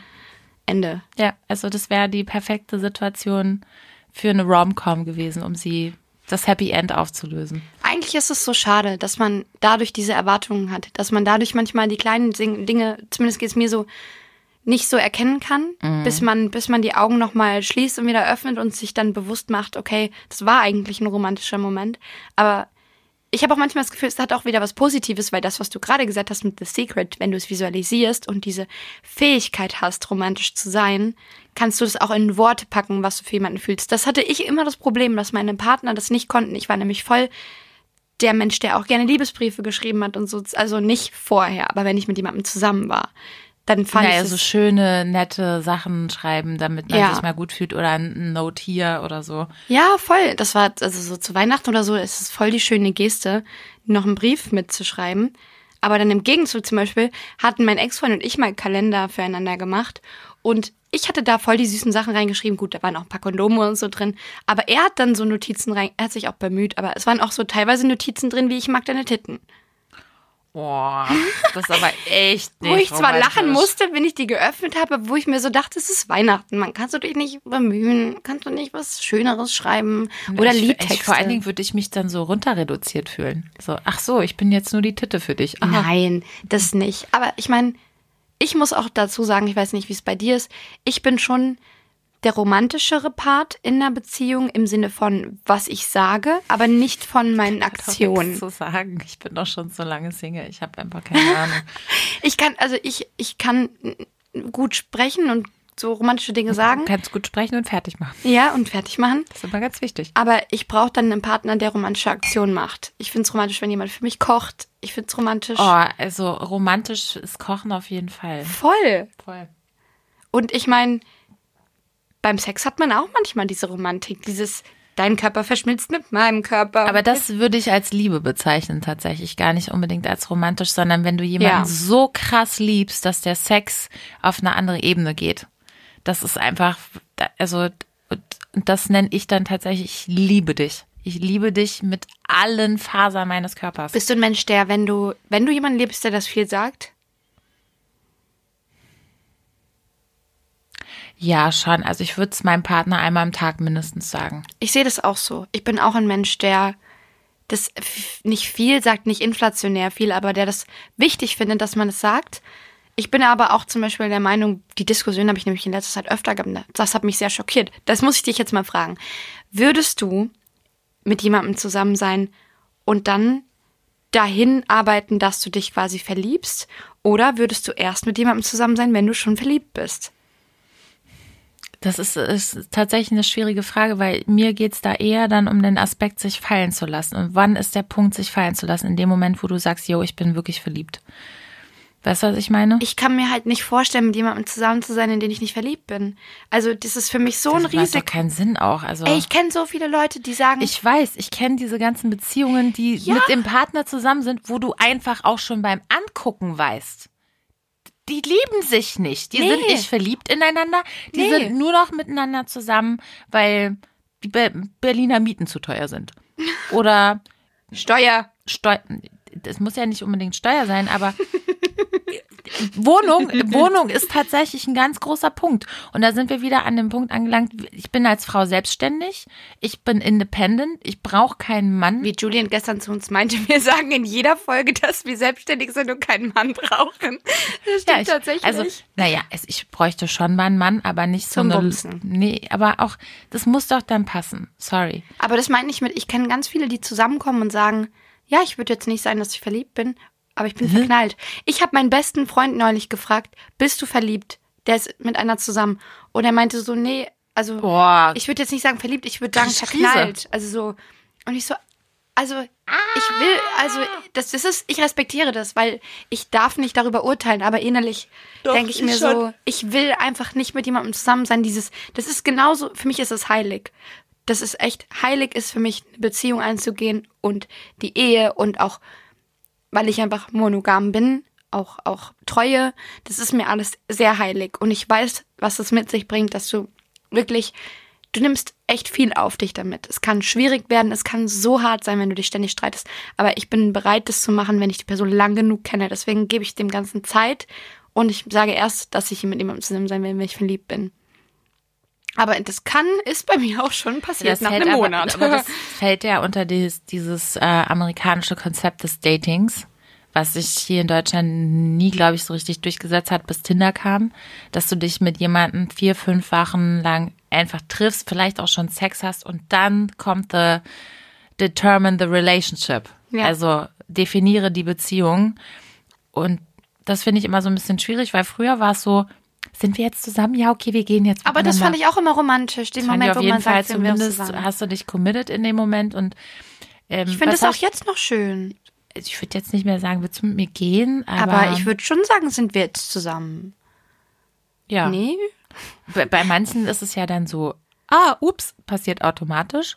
Ende.
Ja, also das wäre die perfekte Situation für eine Rom-Com gewesen, um sie das Happy End aufzulösen.
Eigentlich ist es so schade, dass man dadurch diese Erwartungen hat, dass man dadurch manchmal die kleinen Sing- Dinge, zumindest geht es mir so, nicht so erkennen kann, bis man bis man die Augen noch mal schließt und wieder öffnet und sich dann bewusst macht, okay, das war eigentlich ein romantischer Moment, aber ich habe auch manchmal das Gefühl, es hat auch wieder was Positives, weil das, was du gerade gesagt hast mit The Secret, wenn du es visualisierst und diese Fähigkeit hast, romantisch zu sein, kannst du das auch in Worte packen, was du für jemanden fühlst. Das hatte ich immer das Problem, dass meine Partner das nicht konnten. Ich war nämlich voll der Mensch, der auch gerne Liebesbriefe geschrieben hat und so, also nicht vorher, aber wenn ich mit jemandem zusammen war, Dann fand
Naja,
ich
so
es
schöne, nette Sachen schreiben, damit man
Ja.
sich mal gut fühlt oder ein Note hier oder so.
Ja, voll. Das war also so zu Weihnachten oder so, ist es voll die schöne Geste, noch einen Brief mitzuschreiben. Aber dann im Gegenzug zum Beispiel hatten mein Ex-Freund und ich mal einen Kalender füreinander gemacht. Und ich hatte da voll die süßen Sachen reingeschrieben. Gut, da waren auch ein paar Kondome und so drin. Aber er hat dann so Notizen rein, er hat sich auch bemüht, aber es waren auch so teilweise Notizen drin, wie ich mag deine Titten. [LAUGHS]
Boah, das ist aber echt nicht
wo ich zwar
romantisch.
lachen musste, wenn ich die geöffnet habe, wo ich mir so dachte, es ist Weihnachten, man kannst du dich nicht bemühen, kannst du nicht was Schöneres schreiben oder
ich,
Liedtexte.
Ich, vor allen Dingen würde ich mich dann so runterreduziert fühlen. So, ach so, ich bin jetzt nur die Titte für dich. Ah, Aha.
Nein, das nicht. Aber ich meine, ich muss auch dazu sagen, ich weiß nicht, wie es bei dir ist. Ich bin schon der romantischere Part in einer Beziehung im Sinne von, was ich sage, aber nicht von meinen
Aktion.
Aktionen.
zu sagen. Ich bin doch schon so lange Single. Ich habe einfach
[LAUGHS]
keine Ahnung.
Ich kann, also ich, ich kann gut sprechen und so romantische Dinge sagen.
Du kannst gut sprechen und fertig machen.
Ja, und fertig machen.
Das ist immer ganz wichtig.
Aber ich brauche dann einen Partner, der romantische Aktionen macht. Ich finde es romantisch, wenn jemand für mich kocht. Ich finde es romantisch.
Oh, also romantisch ist Kochen auf jeden Fall.
Voll.
Voll.
Und ich meine, beim Sex hat man auch manchmal diese Romantik, dieses dein Körper verschmilzt mit meinem Körper.
Aber das würde ich als Liebe bezeichnen tatsächlich, gar nicht unbedingt als romantisch, sondern wenn du jemanden
Ja.
so krass liebst, dass der Sex auf eine andere Ebene geht. Das ist einfach, da- also und- und das nenne ich dann tatsächlich, ich liebe dich. Ich liebe dich mit allen Fasern meines Körpers.
bist du ein Mensch, der, wenn du, wenn du jemanden liebst, der das viel sagt?
Ja, schon. Also ich würde es meinem Partner einmal am Tag mindestens sagen.
Ich sehe das auch so. Ich bin auch ein Mensch, der das f- nicht viel sagt, nicht inflationär viel, aber der das wichtig findet, dass man es sagt. Ich bin aber auch zum Beispiel der Meinung, die Diskussion habe ich nämlich in letzter Zeit öfter gehabt. Das hat mich sehr schockiert. Das muss ich dich jetzt mal fragen. Würdest du mit jemandem zusammen sein und dann dahin arbeiten, dass du dich quasi verliebst? Oder würdest du erst mit jemandem zusammen sein, wenn du schon verliebt bist?
Das ist, ist tatsächlich eine schwierige Frage, weil mir geht's da eher dann um den Aspekt, sich fallen zu lassen. Und wann ist der Punkt, sich fallen zu lassen? In dem Moment, wo du sagst, yo, ich bin wirklich verliebt. Weißt du, was ich meine?
Ich kann mir halt nicht vorstellen, mit jemandem zusammen zu sein, in den ich nicht verliebt bin. Also das ist für mich so ein
das macht doch
Risiko.
keinen Sinn auch. Also
Ey, ich kenne so viele Leute, die sagen,
Ich weiß, ich kenne diese ganzen Beziehungen, die mit dem Partner zusammen sind, wo du einfach auch schon beim Angucken weißt. Die lieben sich nicht. Die
Nee.
sind nicht verliebt ineinander. Die
Nee.
sind nur noch miteinander zusammen, weil die Be Berliner Mieten zu teuer
[LAUGHS]
sind. Oder
Steuer.
Steu das muss ja nicht unbedingt Steuer sein, aber [LAUGHS] Wohnung, Wohnung ist tatsächlich ein ganz großer Punkt. Und da sind wir wieder an dem Punkt angelangt, ich bin als Frau selbstständig, ich bin independent, ich brauche keinen Mann.
Wie Julian gestern zu uns meinte, wir sagen in jeder Folge, dass wir selbstständig sind und keinen Mann brauchen. Das stimmt
Ja, ich-
tatsächlich.
Also, naja, es, ich bräuchte schon mal einen Mann, aber nicht so
Zum
eine,
Bumsen.
Nee, aber auch, das muss doch dann passen. Sorry.
Aber das meine ich mit, ich kenne ganz viele, die zusammenkommen und sagen, ja, ich würde jetzt nicht sein, dass ich verliebt bin, aber ich bin
Hm?
verknallt. Ich habe meinen besten Freund neulich gefragt, bist du verliebt? Der ist mit einer zusammen. Und er meinte so, nee, also
Boah.
ich würde jetzt nicht sagen verliebt, ich würde sagen
Krise.
verknallt. Also so. Und ich so, also ich will, also das, das ist, ich respektiere das, weil ich darf nicht darüber urteilen, aber innerlich denke ich
ich
mir
schon.
so, ich will einfach nicht mit jemandem zusammen sein. Dieses, das ist genauso, für mich ist es heilig. Das ist echt, heilig ist für mich, eine Beziehung einzugehen und die Ehe und auch, weil ich einfach monogam bin, auch, auch Treue, das ist mir alles sehr heilig. Und ich weiß, was es mit sich bringt, dass du wirklich, du nimmst echt viel auf dich damit. Es kann schwierig werden, es kann so hart sein, wenn du dich ständig streitest. Aber ich bin bereit, das zu machen, wenn ich die Person lang genug kenne. Deswegen gebe ich dem Ganzen Zeit und ich sage erst, dass ich mit jemandem zusammen sein will, wenn ich verliebt bin. Aber das kann, ist bei mir auch schon passiert nach einem
aber,
Monat.
aber das fällt ja unter dieses, dieses äh, amerikanische Konzept des Datings, was sich hier in Deutschland nie, glaube ich, so richtig durchgesetzt hat, bis Tinder kam, dass du dich mit jemandem vier, fünf Wochen lang einfach triffst, vielleicht auch schon Sex hast und dann kommt the determine the relationship.
Ja.
Also definiere die Beziehung. Und das finde ich immer so ein bisschen schwierig, weil früher war es so, sind wir jetzt zusammen? Ja, okay, wir gehen jetzt
aber das
miteinander.
fand ich auch immer romantisch, den
Fand ich
Moment,
auf
wo
jeden
man
Fall
sagt, wir sind
zumindest
zusammen.
hast du dich committed in dem Moment und ähm,
Ich finde
was
das auch
hast-
jetzt noch schön.
also ich würde jetzt nicht mehr sagen, willst du mit mir gehen? Aber,
Aber, ich würde schon sagen, sind wir jetzt zusammen.
ja.
Nee?
Bei, bei manchen ist es ja dann so, ah, ups, passiert automatisch.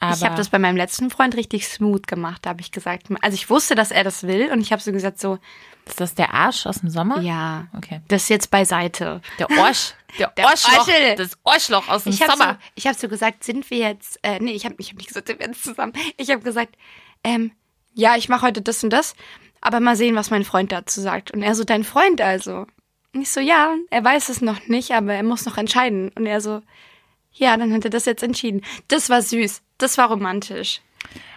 Aber
ich habe das bei meinem letzten Freund richtig smooth gemacht. Da habe ich gesagt, also ich wusste, dass er das will und ich habe so gesagt, so,
ist das der Arsch aus dem Sommer?
ja,
Okay.
das ist jetzt beiseite.
Der
[LAUGHS]
Orsch, der,
Der
Orschloch,
Orschel.
das Orschloch aus dem
Ich habe so,
Sommer.
ich hab so gesagt, sind wir jetzt, äh, nee, ich habe ich hab nicht gesagt, sind wir jetzt zusammen. Ich habe gesagt, ähm, ja, ich mache heute das und das, aber mal sehen, was mein Freund dazu sagt. Und er so, dein Freund also? Und ich so, ja, er weiß es noch nicht, aber er muss noch entscheiden. Und er so, ja, dann hat er das jetzt entschieden. Das war süß, das war romantisch.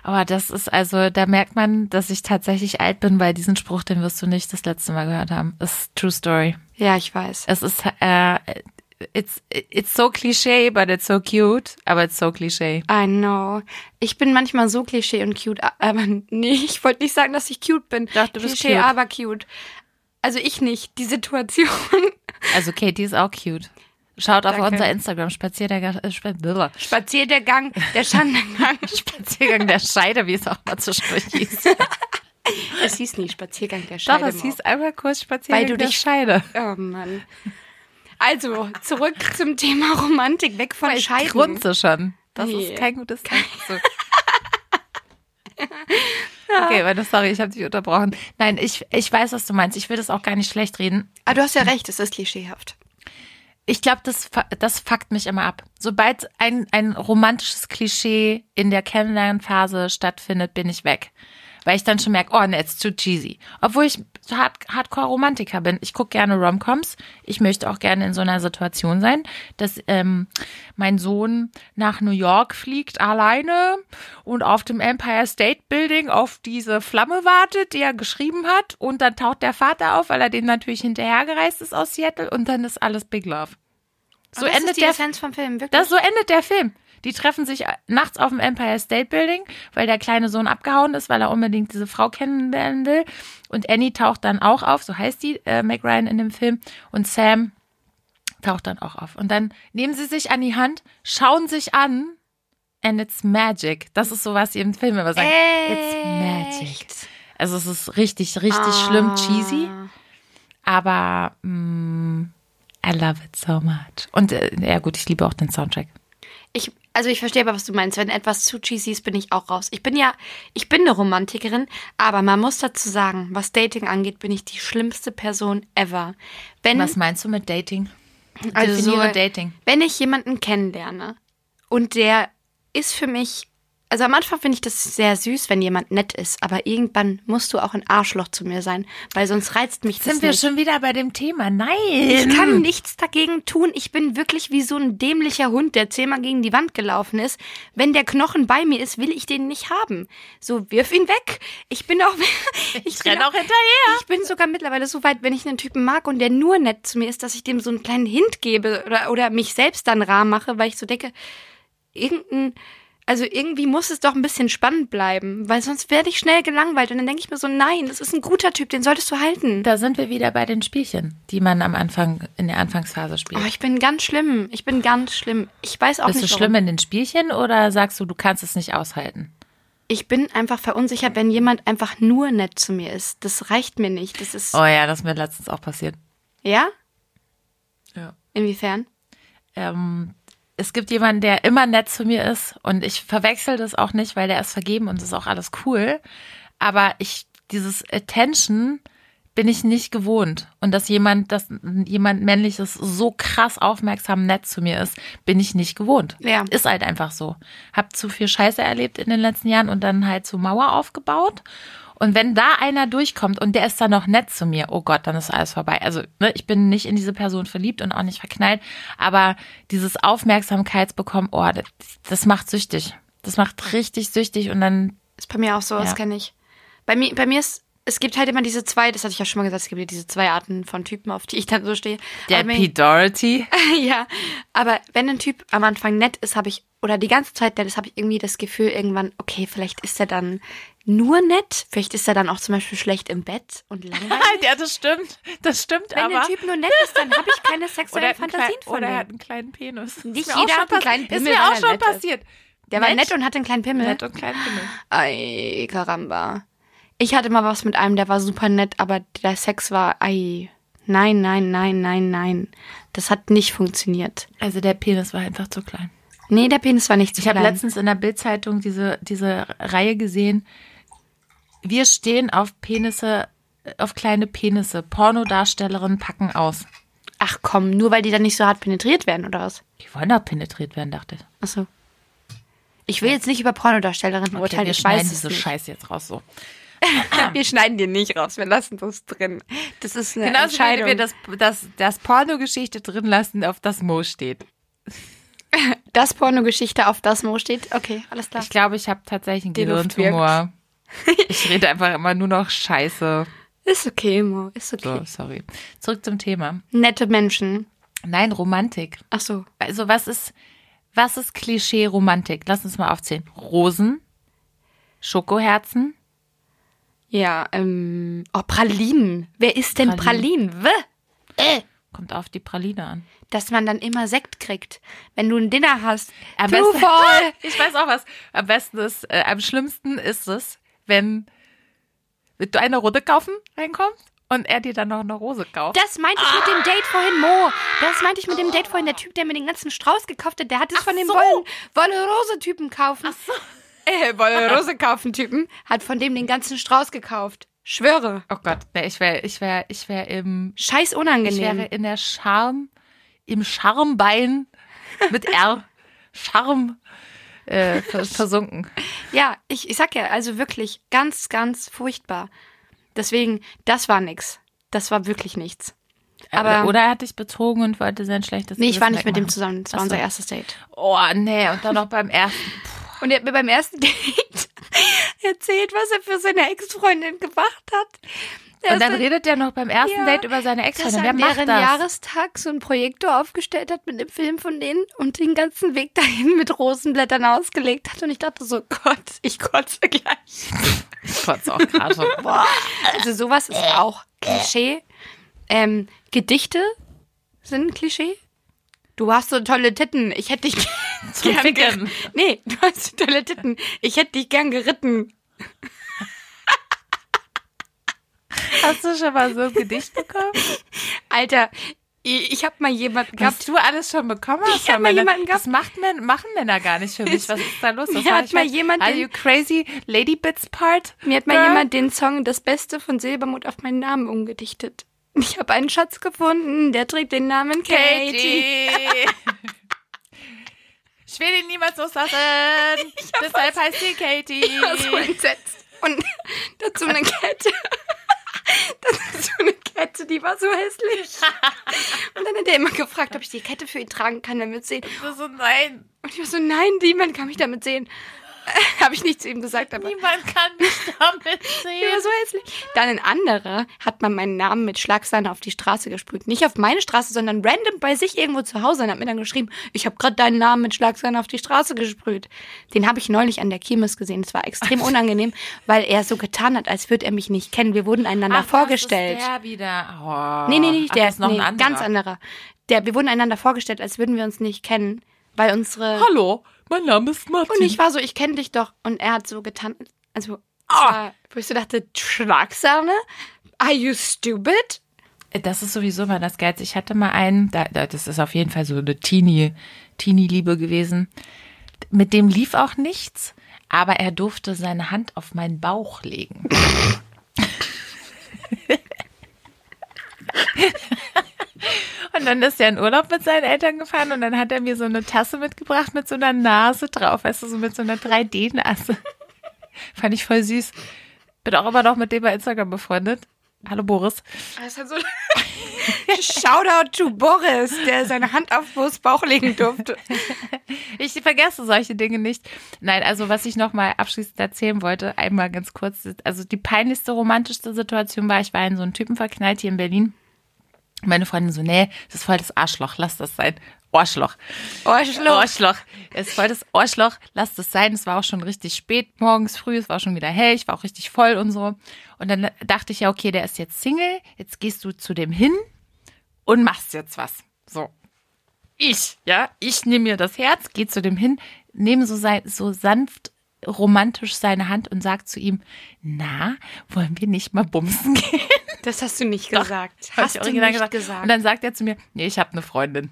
Aber das ist also, da merkt man, dass ich tatsächlich alt bin, weil diesen Spruch, den wirst du nicht das letzte Mal gehört haben. Ist True Story.
Ja, ich weiß.
Es ist, äh, it's, it's so cliché, but it's so cute, aber it's so cliché.
I know. Ich bin manchmal so klischee und cute, a- aber [LAUGHS] nee, ich wollte nicht sagen, dass ich cute bin.
Doch, du bist
klischee,
cute.
aber cute. Also ich nicht, die Situation.
Also Katie ist auch cute. Schaut auf
Danke.
unser Instagram, Spaziergang, äh, Spa-
Spaziergang, der Schandengang.
Spaziergang der Scheide, wie es auch mal zwischendurch hieß.
[LAUGHS] es hieß nie Spaziergang der
Doch,
Scheide.
es hieß
Maus.
einmal kurz Spaziergang
Weil du
der
dich-
Scheide.
Oh Mann. Also, zurück zum Thema Romantik, weg von Scheiden.
Grunze schon. Das
Nee.
ist kein gutes Zeichen. So. Okay, meine sorry, ich habe dich unterbrochen. Nein, ich, ich weiß, was du meinst. Ich will das auch gar nicht schlecht reden.
Ah, du hast ja recht, es ist klischeehaft.
Ich glaube, das, fa- das fuckt mich immer ab. Sobald ein, ein romantisches Klischee in der Kennenlernphase stattfindet, bin ich weg. Weil ich dann schon merke, oh, ne, it's too cheesy. Obwohl ich so hard, Hardcore-Romantiker bin. Ich gucke gerne Romcoms. Ich möchte auch gerne in so einer Situation sein, dass ähm, mein Sohn nach New York fliegt alleine und auf dem Empire State Building auf diese Flamme wartet, die er geschrieben hat. Und dann taucht der Vater auf, weil er dem natürlich hinterhergereist ist aus Seattle. Und dann ist alles Big Love. So
Ah, das
endet
ist die
der
Essenz vom Film, wirklich.
das so endet der Film. Die treffen sich äh, nachts auf dem Empire State Building, weil der kleine Sohn abgehauen ist, weil er unbedingt diese Frau kennenlernen will. Und Annie taucht dann auch auf, so heißt die äh, Meg Ryan in dem Film. Und Sam taucht dann auch auf. Und dann nehmen sie sich an die Hand, schauen sich an. And it's magic. Das ist so, was sie im Film immer sagen.
Äh.
It's magic.
Echt?
Also es ist richtig, richtig
Ah.
schlimm cheesy. Aber mm, I love it so much. Und äh, ja gut, ich liebe auch den Soundtrack.
Ich, also ich verstehe aber, was du meinst. Wenn etwas zu cheesy ist, bin ich auch raus. Ich bin ja, ich bin eine Romantikerin, aber man muss dazu sagen, was Dating angeht, bin ich die schlimmste Person ever. Wenn,
Was meinst du mit Dating?
also so,
Definiere Dating.
wenn ich jemanden kennenlerne und der ist für mich, also am Anfang finde ich das sehr süß, wenn jemand nett ist, aber irgendwann musst du auch ein Arschloch zu mir sein, weil sonst reizt mich das
Sind wir
nicht.
schon wieder bei dem Thema? Nein.
Ich
Mhm.
kann nichts dagegen tun. Ich bin wirklich wie so ein dämlicher Hund, der zehnmal gegen die Wand gelaufen ist. Wenn der Knochen bei mir ist, will ich den nicht haben. So, wirf ihn weg. Ich bin auch. [LAUGHS] Ich, bin
renn auch hinterher.
Ich bin sogar mittlerweile so weit, wenn ich einen Typen mag und der nur nett zu mir ist, dass ich dem so einen kleinen Hint gebe oder, oder mich selbst dann rar mache, weil ich so denke, irgendein. Also irgendwie muss es doch ein bisschen spannend bleiben, weil sonst werde ich schnell gelangweilt und dann denke ich mir so, nein, das ist ein guter Typ, den solltest du halten.
Da sind wir wieder bei den Spielchen, die man am Anfang in der Anfangsphase spielt.
Oh, ich bin ganz schlimm. Ich bin ganz schlimm. Ich weiß auch
Bist du
nicht.
schlimm in
Warum.
den Spielchen oder sagst du, du kannst es nicht aushalten?
Ich bin einfach verunsichert, wenn jemand einfach nur nett zu mir ist. Das reicht mir nicht. Das ist.
Oh ja, das ist mir letztens auch passiert.
Ja?
Ja.
Inwiefern?
Ähm, es gibt jemanden, der immer nett zu mir ist und ich verwechsel das auch nicht, weil der ist vergeben und das ist auch alles cool. Aber ich, dieses Attention bin ich nicht gewohnt. Und dass jemand, dass jemand männliches so krass aufmerksam nett zu mir ist, bin ich nicht gewohnt.
Ja.
Ist halt einfach so. Hab zu viel Scheiße erlebt in den letzten Jahren und dann halt so Mauer aufgebaut. Und wenn da einer durchkommt und der ist dann noch nett zu mir, oh Gott, dann ist alles vorbei. Also ne, ich bin nicht in diese Person verliebt und auch nicht verknallt, aber dieses Aufmerksamkeitsbekommen, oh, das, das macht süchtig. Das macht richtig süchtig und dann
Ist bei mir auch so, das
Ja.
kenne ich. Bei mir, bei mir ist. Es gibt halt immer diese zwei, das hatte ich ja schon mal gesagt, es gibt ja diese zwei Arten von Typen, auf die ich dann so stehe.
der
Aber mir-
P. Doherty.
[LAUGHS] ja, aber wenn ein Typ am Anfang nett ist, habe ich, oder die ganze Zeit nett ist, habe ich irgendwie das Gefühl irgendwann, okay, vielleicht ist er dann nur nett, vielleicht ist er dann auch zum Beispiel schlecht im Bett und langweilig.
[LAUGHS] ja, das stimmt. Das stimmt
Wenn
aber.
der Typ nur nett ist, dann habe ich
[LAUGHS]
keine sexuellen
oder
Fantasien von
oder er hat
dem.
einen kleinen Penis.
Nicht
Ist mir auch schon
jeder hat einen
pass-
kleinen
Ist
Pimmel,
mir
weil
auch
er
schon
nett ist.
passiert. ne?
Der war nett und hatte einen kleinen Pimmel.
nett und kleinen Penis.
Ei, Karamba. Ich hatte mal was mit einem, der war super nett, aber der Sex war, ei, nein, nein, nein, nein, nein. Das hat nicht funktioniert.
Also der Penis war einfach zu klein.
Nee, der Penis war nicht zu
Ich habe
klein.
letztens in der Bildzeitung diese, diese Reihe gesehen. Wir stehen auf Penisse, auf kleine Penisse. Pornodarstellerinnen packen aus.
Ach komm, nur weil die dann nicht so hart penetriert werden, oder was?
Die wollen doch penetriert werden, dachte ich.
Achso. Ich will jetzt nicht über Pornodarstellerinnen
Okay,
urteilen.
wir
Ich
schneiden
weiß es
diese
nicht.
Scheiße jetzt raus so.
Wir schneiden die nicht raus. Wir lassen das drin. Das ist eine
Genauso wie
Entscheidung.
wir das, das, das Pornogeschichte drin lassen, auf das Mo steht.
das Pornogeschichte auf das Mo steht. Okay, alles klar.
Ich glaube, ich habe tatsächlich einen
Die Luft
Gehirntumor. Ich rede einfach immer nur noch Scheiße.
Ist okay, Mo. Ist okay. [LAUGHS]
So, sorry. Zurück zum Thema.
Nette Menschen.
Nein, Romantik.
Ach so.
Also was ist, was ist Klischee-Romantik? Lass uns mal aufzählen. Rosen, Schokoherzen,
Ja, ähm. Oh, Pralinen. Wer isst denn Pralinen? W? Äh.
kommt auf die Praline an.
Dass man dann immer Sekt kriegt, wenn du ein Dinner hast.
Am
Two
besten-
for
[LAUGHS] Ich weiß auch was. Am besten ist, äh, am schlimmsten ist es, wenn du eine Runde kaufen reinkommst und er dir dann noch eine Rose kauft.
[LAUGHS] Das meinte ich mit dem Date vorhin, Mo. Das meinte ich mit dem Date vorhin. Der Typ, der mir den ganzen Strauß gekauft hat, der hat es von dem
so.
Wolle- Wolle-Rose-Typen kaufen. Ach so. [LAUGHS] Äh, Wolle-Rose-Kaufen-Typen hat von dem den ganzen Strauß gekauft. Schwöre.
oh Gott, nee, ich wäre, ich wäre, ich wäre im,
Scheiß
ich wäre
unangenehm.
in der Charme, im Charmbein mit R, Charme äh, vers- versunken.
ja, ich, ich sag ja, also wirklich ganz, ganz furchtbar. Deswegen, das war nix. Das war wirklich nichts. Aber-
oder er hat dich betrogen und wollte sein schlechtes
Nee, ich war
Gewissen
nicht mit dem
wegmachen.
zusammen. Das war
Ach so.
unser erstes Date.
Oh, nee, und dann noch beim
[LAUGHS]
ersten.
Und er hat mir beim ersten [LAUGHS] Date erzählt, was er für seine Ex-Freundin gemacht hat. Er
Und dann
ist
redet er noch beim ersten
Ja,
Date über seine
dass
Ex-Freundin.
er
Wer
an
macht
deren
das?
Jahrestag so einen Projektor aufgestellt hat mit dem Film von denen und den ganzen Weg dahin mit Rosenblättern ausgelegt hat. Und ich dachte so, [LAUGHS] Gott, ich kotze gleich.
Ich kotze auch gerade schon. Boah.
Also sowas ist auch Klischee. Ähm, Gedichte sind Klischee. Du hast so tolle Titten. Ich hätte dich [LAUGHS]
Zum
gern ger-
Ficken.
Nee, du hast so tolle Titten. Ich hätte dich gern geritten.
[LAUGHS] Hast du schon mal so ein Gedicht
[LAUGHS]
bekommen?
Alter, ich, ich habe mal jemanden gehabt,
Hast du alles schon bekommen? Hast
Ich
du
hab mal
Männer-
jemanden gehabt-
Das macht Männer, machen Männer gar nicht für mich. Was ist da
[LAUGHS]
los? Das
Mir
war
hat
ich
mal jemand
Are
den-
you crazy? Lady Bits Part?
Mir hat mal
Girl?
jemand den Song Das Beste von Silbermond auf meinen Namen umgedichtet. Ich habe einen Schatz gefunden, der trägt den Namen Katie.
Katie. [LAUGHS] ich will ihn niemals
[LAUGHS]
loslassen. Deshalb heißt sie Katie.
Ich war so entsetzt. Und [LAUGHS] dazu eine Kette. [LAUGHS] dazu eine Kette, die war so hässlich. Und dann hat er immer gefragt, ob ich die Kette für ihn tragen kann, damit sehen.
So, so, nein,
Und ich war so, nein, niemand kann mich damit sehen. [LAUGHS] habe ich nicht zu ihm gesagt, aber
niemand kann mich
[LAUGHS]
damit
Die war
sehen.
so hässlich. Dann ein anderer hat man meinen Namen mit Schlagsahne auf die Straße gesprüht. Nicht auf meine Straße, sondern random bei sich irgendwo zu Hause und hat mir dann geschrieben, ich habe gerade deinen Namen mit Schlagsahne auf die Straße gesprüht. Den habe ich neulich an der Kirmes gesehen. Es war
[LAUGHS]
extrem unangenehm, weil er so getan hat, als würde er mich nicht kennen. Wir wurden einander
Ach,
vorgestellt.
Das ist der wieder. Oh.
Nee, nee, nee,
Ach,
der
das ist noch
nee,
ein anderer.
ganz anderer. Der, wir wurden einander vorgestellt, als würden wir uns nicht kennen, weil unsere
Hallo, mein Name ist Martin.
und ich war so, ich kenne dich doch. Und er hat so getan, also,
Ah.
äh, wo ich so dachte, Schlagsahne? Are you stupid?
das ist sowieso mal das Geilste. Ich hatte mal einen, da, da, das ist auf jeden Fall so eine Teenie, Teenie-Liebe gewesen. Mit dem lief auch nichts, aber er durfte seine Hand auf meinen Bauch legen. Und dann ist er in Urlaub mit seinen Eltern gefahren und dann hat er mir so eine Tasse mitgebracht mit so einer Nase drauf, weißt du, so mit so einer 3D-Nase. Fand ich voll süß. Bin auch immer noch mit dem bei Instagram befreundet. Hallo Boris.
Das [LAUGHS] hat so Shoutout to Boris, der seine Hand auf Boris Bauch legen durfte.
Ich vergesse solche Dinge nicht. Nein, also was ich nochmal abschließend erzählen wollte, einmal ganz kurz. Also die peinlichste, romantischste Situation war, ich war in so einen Typen verknallt hier in Berlin. Meine Freundin so, nee, das ist voll das Arschloch, lass das sein. Arschloch.
Arschloch.
Arschloch. Es ist voll das Arschloch, lass das sein. Es war auch schon richtig spät, morgens früh, es war schon wieder hell, ich war auch richtig voll und so. Und dann dachte ich ja, okay, der ist jetzt Single, jetzt gehst du zu dem hin und machst jetzt was. So. Ich, ja, ich nehme mir das Herz, gehe zu dem hin, nehme so, sein, so sanft romantisch seine Hand und sagt zu ihm, na, wollen wir nicht mal bumsen gehen?
Das hast du nicht
Doch,
gesagt.
Hab
Hast
ich
du
original
nicht gesagt. gesagt.
Und dann sagt er zu mir, nee, ich habe eine Freundin.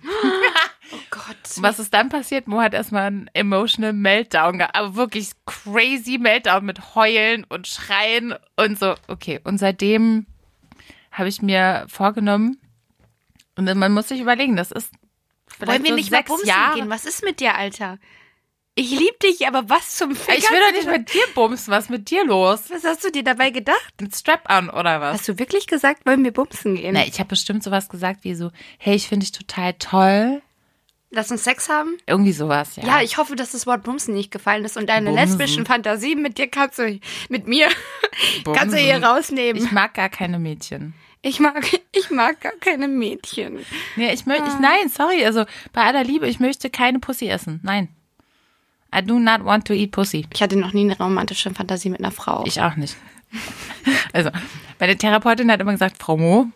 oh Gott.
Was ist dann passiert? Mo hat erstmal einen emotional Meltdown gehabt, aber wirklich crazy Meltdown mit Heulen und Schreien und so. Okay, und seitdem habe ich mir vorgenommen, und man muss sich überlegen, das ist vielleicht
Wollen wir
so
nicht mal
sechs
bumsen
Jahre.
gehen? Was ist mit dir, Alter? Ich lieb dich, aber was zum Fick?
Ich will doch nicht mit dir bumsen, was ist mit dir los?
Was hast du dir dabei gedacht?
Ein Strap-on oder was?
Hast du wirklich gesagt, wollen wir bumsen gehen?
Na, ich habe bestimmt sowas gesagt wie so, hey, ich finde dich total toll.
Lass uns Sex haben?
Irgendwie sowas, ja.
Ja, ich hoffe, dass das Wort Bumsen nicht gefallen ist und deine
Bumsen.
lesbischen Fantasien mit dir kannst du, mit mir, [LAUGHS] kannst du hier
Bumsen.
rausnehmen.
ich mag gar keine Mädchen.
Ich mag, [LAUGHS] ich mag gar keine Mädchen.
Nee, ich möchte, ich, nein, sorry, also bei aller Liebe, ich möchte keine Pussy essen. Nein. I do not want to eat pussy.
Ich hatte noch nie eine romantische Fantasie mit einer Frau.
Ich auch nicht. [LAUGHS] Also, meine Therapeutin hat immer gesagt, Frau Mo,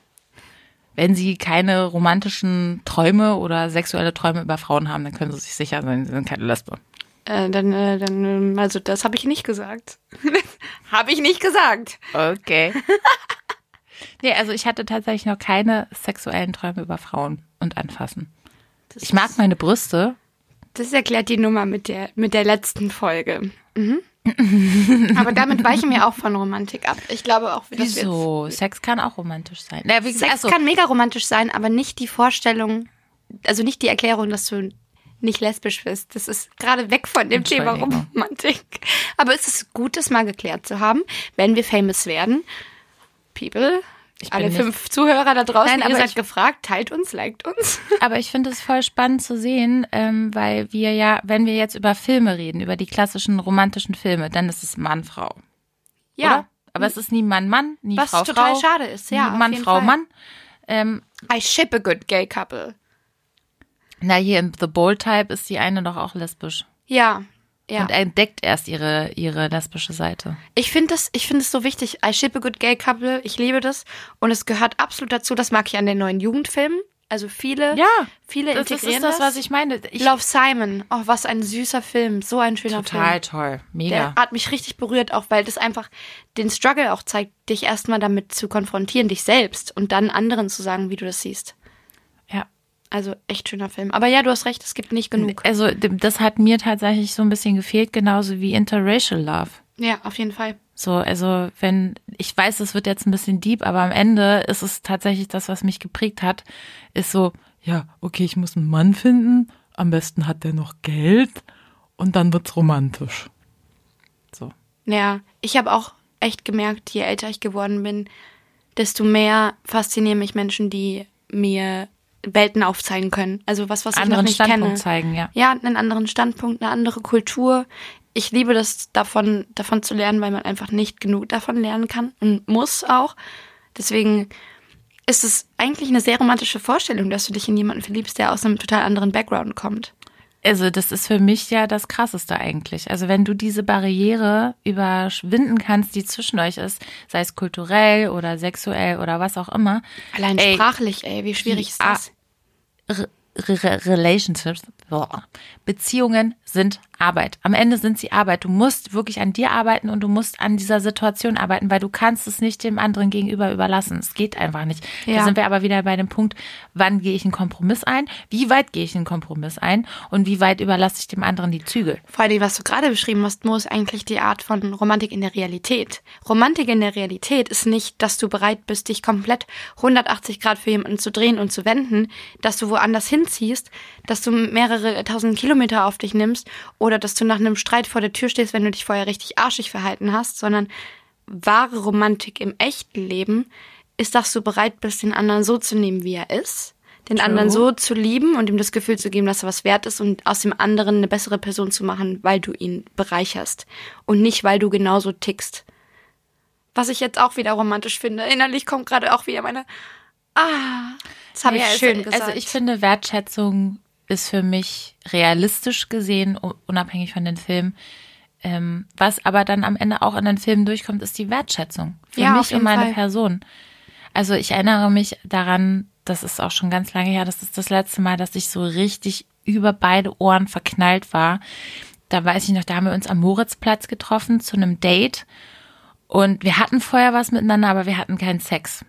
wenn Sie keine romantischen Träume oder sexuelle Träume über Frauen haben, dann können Sie sich sicher sein, Sie sind keine Lesbe.
äh, dann, äh, dann, ähm, also das habe ich nicht gesagt. [LAUGHS] habe ich nicht gesagt.
Okay. [LAUGHS] nee, also ich hatte tatsächlich noch keine sexuellen Träume über Frauen und anfassen.
Das
Ich mag meine Brüste.
Das erklärt die Nummer mit der, mit der letzten Folge. Mhm. Aber damit weichen wir auch von Romantik ab. Ich glaube auch, dass wir jetzt-
Wieso? Sex kann auch romantisch sein. Na, wie gesagt,
Sex
ach so.
kann mega romantisch sein, aber nicht die Vorstellung, also nicht die Erklärung, dass du nicht lesbisch bist. Das ist gerade weg von dem Thema
Entschuldigung.
Romantik. Aber es ist gut, das mal geklärt zu haben, wenn wir famous werden. People,
Ich
alle
bin nicht-
fünf Zuhörer da draußen,
Nein,
ihr
aber
seid
ich-
gefragt, teilt uns, liked uns.
Aber ich finde es voll spannend zu sehen, ähm, weil wir ja, wenn wir jetzt über Filme reden, über die klassischen romantischen Filme, dann ist es Mann, Frau.
Ja,
Oder? Aber es ist nie Mann, Mann, nie
was
Frau,
total
Frau,
schade ist. Ja,
nie
auf
Mann,
jeden
Frau,
Fall.
Mann. Ähm,
I ship a good gay couple.
na, hier im The Bold Type ist die eine doch auch lesbisch.
Ja, ja.
Und entdeckt erst ihre, ihre lesbische Seite.
Ich finde das, ich finde es so wichtig. I ship a good gay couple. Ich liebe das. Und es gehört absolut dazu. Das mag ich an den neuen Jugendfilmen. Also viele,
Ja,
viele
Das ist
integrieren
das, was ich meine. Ich,
Love Simon. Oh, was ein süßer Film. So ein schöner
total
Film.
toll.
Der
Mega.
hat mich richtig berührt, auch weil das einfach den Struggle auch zeigt, dich erstmal damit zu konfrontieren, dich selbst und dann anderen zu sagen, wie du das siehst.
Ja.
Also echt schöner Film. Aber ja, du hast recht, es gibt nicht genug.
Also d- das hat mir tatsächlich so ein bisschen gefehlt, genauso wie Interracial Love.
Ja, auf jeden Fall.
So, also wenn, ich weiß, es wird jetzt ein bisschen deep, aber am Ende ist es tatsächlich das, was mich geprägt hat, ist so, ja, okay, ich muss einen Mann finden, am besten hat der noch Geld und dann wird's romantisch. So.
Ja, ich habe auch echt gemerkt, je älter ich geworden bin, desto mehr faszinieren mich Menschen, die mir Welten aufzeigen können. Also was, was ich noch
Anderen
nicht
Standpunkt
kenne.
zeigen, ja.
Ja, einen anderen Standpunkt, eine andere Kultur. Ich liebe das, davon, davon zu lernen, weil man einfach nicht genug davon lernen kann und muss auch. Deswegen ist es eigentlich eine sehr romantische Vorstellung, dass du dich in jemanden verliebst, der aus einem total anderen Background kommt.
Also das ist für mich ja das Krasseste eigentlich. Also wenn du diese Barriere überschwinden kannst, die zwischen euch ist, sei es kulturell oder sexuell oder was auch immer,
Allein
Ey.
sprachlich, ey, wie schwierig ist
Ja.
das?
Re- Re- Relationships, boah. Beziehungen sind Arbeit. Am Ende sind sie Arbeit. Du musst wirklich an dir arbeiten und du musst an dieser Situation arbeiten, weil du kannst es nicht dem anderen gegenüber überlassen. Es geht einfach nicht.
Ja.
Da sind wir aber wieder bei dem Punkt, wann gehe ich einen Kompromiss ein? Wie weit gehe ich einen Kompromiss ein? Und wie weit überlasse ich dem anderen die Zügel?
Vor allem, was du gerade beschrieben hast, Mo, ist eigentlich die Art von Romantik in der Realität. Romantik in der Realität ist nicht, dass du bereit bist, dich komplett 180 Grad für jemanden zu drehen und zu wenden, dass du woanders hinziehst, dass du mehrere tausend Kilometer auf dich nimmst oder dass du nach einem Streit vor der Tür stehst, wenn du dich vorher richtig arschig verhalten hast, sondern wahre Romantik im echten Leben ist, dass du bereit bist, den anderen so zu nehmen, wie er ist, den anderen so zu lieben und ihm das Gefühl zu geben, dass er was wert ist und aus dem anderen eine bessere Person zu machen, weil du ihn bereicherst und nicht, weil du genauso tickst. Was ich jetzt auch wieder romantisch finde. Innerlich kommt gerade auch wieder meine Ah, das habe
Ja,
ich
also-
schön gesagt.
Also ich finde, Wertschätzung ist für mich realistisch gesehen, u- unabhängig von den Filmen. Ähm, was aber dann am Ende auch in den Filmen durchkommt, ist die Wertschätzung. Für
Ja, auf
mich
jeden
und meine
Fall.
Person. Also ich erinnere mich daran, das ist auch schon ganz lange her, das ist das letzte Mal, dass ich so richtig über beide Ohren verknallt war. da weiß ich noch, da haben wir uns am Moritzplatz getroffen zu einem Date. Und wir hatten vorher was miteinander, aber wir hatten keinen Sex.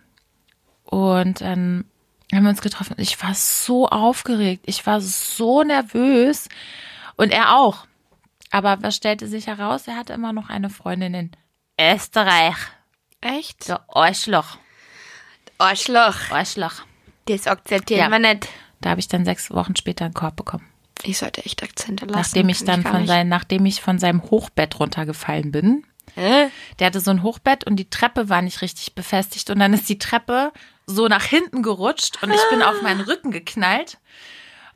Und dann haben wir uns getroffen. Ich war so aufgeregt. Ich war so nervös. Und er auch. Aber was stellte sich heraus? Er hatte immer noch eine Freundin in Österreich.
Echt?
Der Arschloch.
Arschloch.
Arschloch.
Das akzeptieren
Ja.
wir nicht.
Da habe ich dann sechs Wochen später einen Korb bekommen.
Ich sollte echt Akzente lassen.
Nachdem ich
kann
dann
gar
von
nicht.
sein, nachdem ich von seinem Hochbett runtergefallen bin.
Hä?
Der hatte so ein Hochbett und die Treppe war nicht richtig befestigt und dann ist die Treppe so nach hinten gerutscht und ich bin auf meinen Rücken geknallt.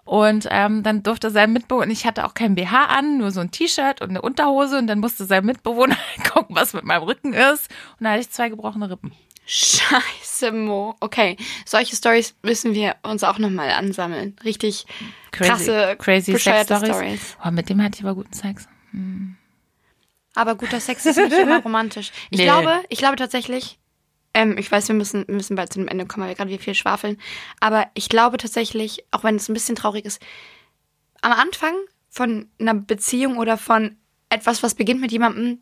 Und ähm, dann durfte sein Mitbewohner, und ich hatte auch kein BH an, nur so ein T-Shirt und eine Unterhose und dann musste sein Mitbewohner [LAUGHS] gucken, was mit meinem Rücken ist. Und da hatte ich zwei gebrochene Rippen.
Scheiße, Mo. Okay, solche Stories müssen wir uns auch nochmal ansammeln. Richtig krasse,
crazy
bescheuerte
Sex-Stories.
Stories.
Oh, mit dem hatte ich aber guten Sex.
Aber guter Sex ist nicht immer romantisch. Ich
Nee.
glaube, ich glaube tatsächlich, ähm, ich weiß, wir müssen, wir müssen bald zum Ende kommen, weil wir gerade wie viel schwafeln. Aber ich glaube tatsächlich, auch wenn es ein bisschen traurig ist, am Anfang von einer Beziehung oder von etwas, was beginnt mit jemandem,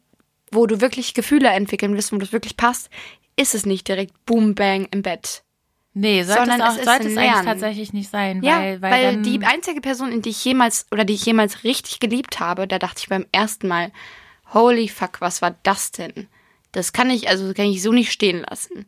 wo du wirklich Gefühle entwickeln willst, wo das wirklich passt, ist es nicht direkt Boom, Bang im Bett.
Nee, sollte es,
Sondern
auch,
es ist
sollte
ein
es eigentlich
Lernen.
tatsächlich nicht sein.
Ja,
weil,
weil,
weil, dann,
die einzige Person, in die ich jemals oder die ich jemals richtig geliebt habe, da dachte ich beim ersten Mal, holy fuck, was war das denn? Das kann ich also kann ich so nicht stehen lassen.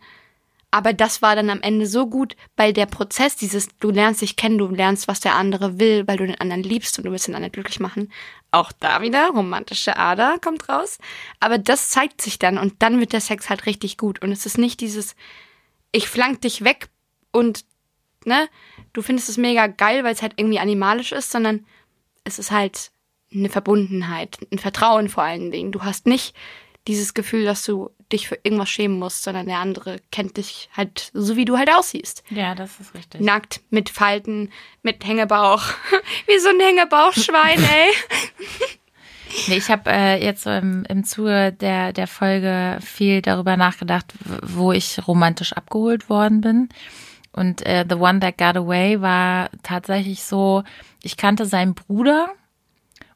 Aber das war dann am Ende so gut, weil der Prozess dieses du lernst dich kennen, du lernst, was der andere will, weil du den anderen liebst und du willst den anderen glücklich machen. Auch da wieder romantische Ader kommt raus, aber das zeigt sich dann und dann wird der Sex halt richtig gut und es ist nicht dieses ich flank dich weg und ne, du findest es mega geil, weil es halt irgendwie animalisch ist, sondern es ist halt eine Verbundenheit, ein Vertrauen vor allen Dingen. Du hast nicht dieses Gefühl, dass du dich für irgendwas schämen musst, sondern der andere kennt dich halt so, wie du halt aussiehst.
ja, das ist richtig.
Nackt, mit Falten, mit Hängebauch. [LAUGHS] wie so ein Hängebauchschwein, ey.
Nee, ich habe äh, jetzt so im, im Zuge der, der Folge viel darüber nachgedacht, w- wo ich romantisch abgeholt worden bin. Und äh, The One That Got Away war tatsächlich so, ich kannte seinen Bruder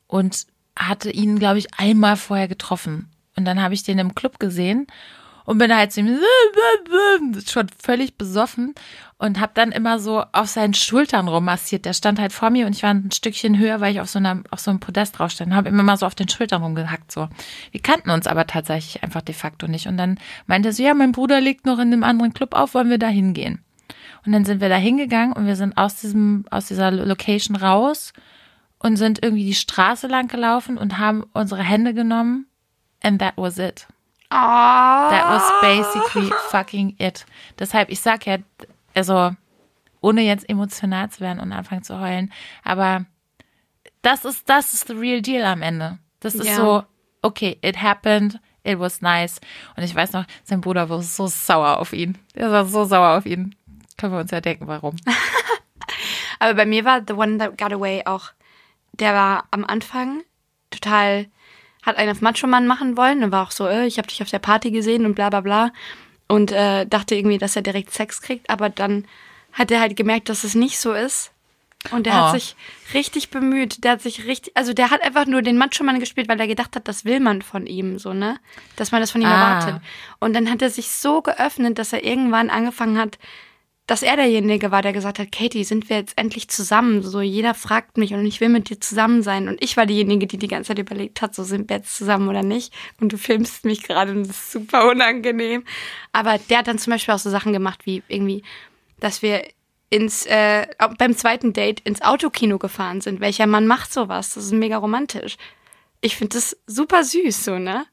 und hatte ihn, glaube ich, einmal vorher getroffen. Und dann habe ich den im Club gesehen und bin halt zu ihm [LAUGHS] schon völlig besoffen und habe dann immer so auf seinen Schultern rummassiert. Der stand halt vor mir und ich war ein Stückchen höher, weil ich auf so, einer, auf so einem Podest drauf stand. Habe immer mal so auf den Schultern rumgehackt. So. Wir kannten uns aber tatsächlich einfach de facto nicht. Und dann meinte er so, ja, mein Bruder liegt noch in einem anderen Club auf, wollen wir da hingehen? Und dann sind wir da hingegangen und wir sind aus, diesem, aus dieser Location raus und sind irgendwie die Straße lang gelaufen und haben unsere Hände genommen. And that was it. That was basically fucking it. Deshalb, ich sag ja, also, ohne jetzt emotional zu werden und anfangen zu heulen, aber das ist, das ist the real deal am Ende. Das ist
Ja.
so, okay, it happened, it was nice. Und ich weiß noch, sein Bruder war so sauer auf ihn. Er war so sauer auf ihn. Können wir uns ja denken, warum.
Aber bei mir war The One That Got Away auch, der war am Anfang total, hat einen auf Macho-Mann machen wollen und war auch so, äh, ich habe dich auf der Party gesehen und bla bla bla. Und äh, dachte irgendwie, dass er direkt Sex kriegt, aber dann hat er halt gemerkt, dass es nicht so ist. Und der
Oh.
hat sich richtig bemüht. Der hat sich richtig, also der hat einfach nur den Macho-Mann gespielt, weil er gedacht hat, das will man von ihm, so, ne? Dass man das von ihm
Ah.
erwartet. Und dann hat er sich so geöffnet, dass er irgendwann angefangen hat, dass er derjenige war, der gesagt hat, Katie, sind wir jetzt endlich zusammen? So, jeder fragt mich und ich will mit dir zusammen sein. Und ich war diejenige, die die ganze Zeit überlegt hat, so sind wir jetzt zusammen oder nicht. Und du filmst mich gerade und das ist super unangenehm. Aber der hat dann zum Beispiel auch so Sachen gemacht, wie irgendwie, dass wir ins, äh, beim zweiten Date ins Autokino gefahren sind. Welcher Mann macht sowas? Das ist mega romantisch. Ich finde das super süß, so, ne?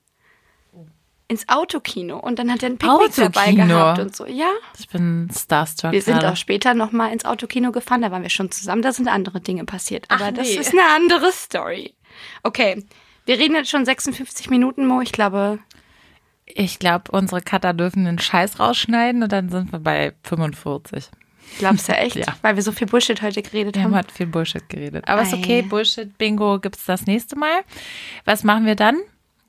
Ins Autokino. Und dann hat er ein Picknick dabei
Autokino.
gehabt und so. Ja.
Ich bin starstruck.
Wir sind
gerade.
auch später nochmal ins Autokino gefahren, da waren wir schon zusammen, da sind andere Dinge passiert. Aber
Ach,
das
nee.
ist eine andere Story. Okay, wir reden jetzt schon 56 Minuten, Mo, ich glaube.
Ich glaube, unsere Cutter dürfen den Scheiß rausschneiden und dann sind wir bei 45.
Ich glaube es ja
[LAUGHS]
echt,
Ja.
weil wir so viel Bullshit heute geredet
Wir
haben.
haben halt viel Bullshit geredet. Aber ist okay,
Ei.
Bullshit, Bingo gibt's das nächste Mal. Was machen wir dann?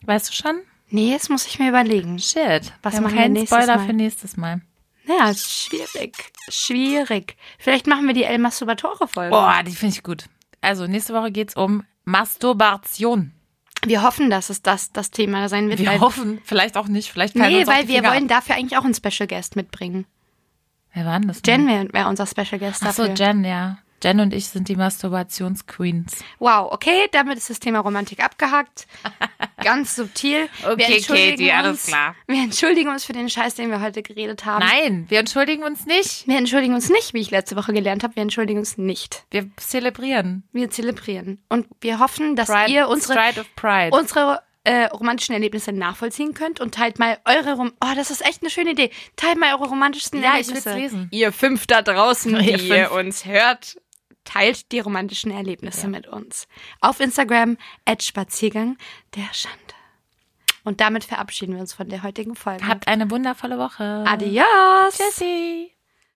Weißt du schon?
Nee, jetzt muss ich mir überlegen.
Shit.
Was
wir haben
machen wir
keinen
nächstes
Spoiler
Mal?
für nächstes Mal.
Ja, ist schwierig. Schwierig. Vielleicht machen wir die El Masturbatore-Folge.
Boah, die finde ich gut. Also nächste Woche geht's um Masturbation.
Wir hoffen, dass es das, das Thema sein wird.
Wir
weil,
hoffen, vielleicht auch nicht, vielleicht fallen
nee,
uns auch
weil
die Mhm.
wir
Finger ab.
wollen dafür eigentlich auch einen Special Guest mitbringen.
Wer war denn das?
Jen wäre wär unser Special Guest
Achso,
dafür.
Jen, ja. Jen und ich sind die Masturbationsqueens.
Wow, okay, damit ist das Thema Romantik
[LAUGHS]
abgehakt. Ganz subtil.
Okay,
Wir entschuldigen
Katie, alles
uns,
klar.
Wir entschuldigen uns für den Scheiß, den wir heute geredet haben.
Nein, wir entschuldigen uns nicht.
Wir entschuldigen uns nicht, wie ich letzte Woche gelernt habe. Wir entschuldigen uns nicht.
Wir zelebrieren.
Wir zelebrieren. Und wir hoffen, dass
Pride,
ihr unsere,
Stride of Pride.
unsere äh, romantischen Erlebnisse nachvollziehen könnt und teilt mal eure Rom Oh, das ist echt eine schöne Idee. Teilt mal eure romantischsten
Ja, ich
Erlebnisse. Hm.
will's lesen.
Ihr fünf da draußen,
[LAUGHS] Ihr
die
fünf.
ihr uns hört, teilt die romantischen Erlebnisse mit uns. Auf Instagram at Spaziergang der Schande. Und damit verabschieden wir uns von der heutigen Folge.
Habt eine wundervolle Woche.
Adios!
Tschüssi.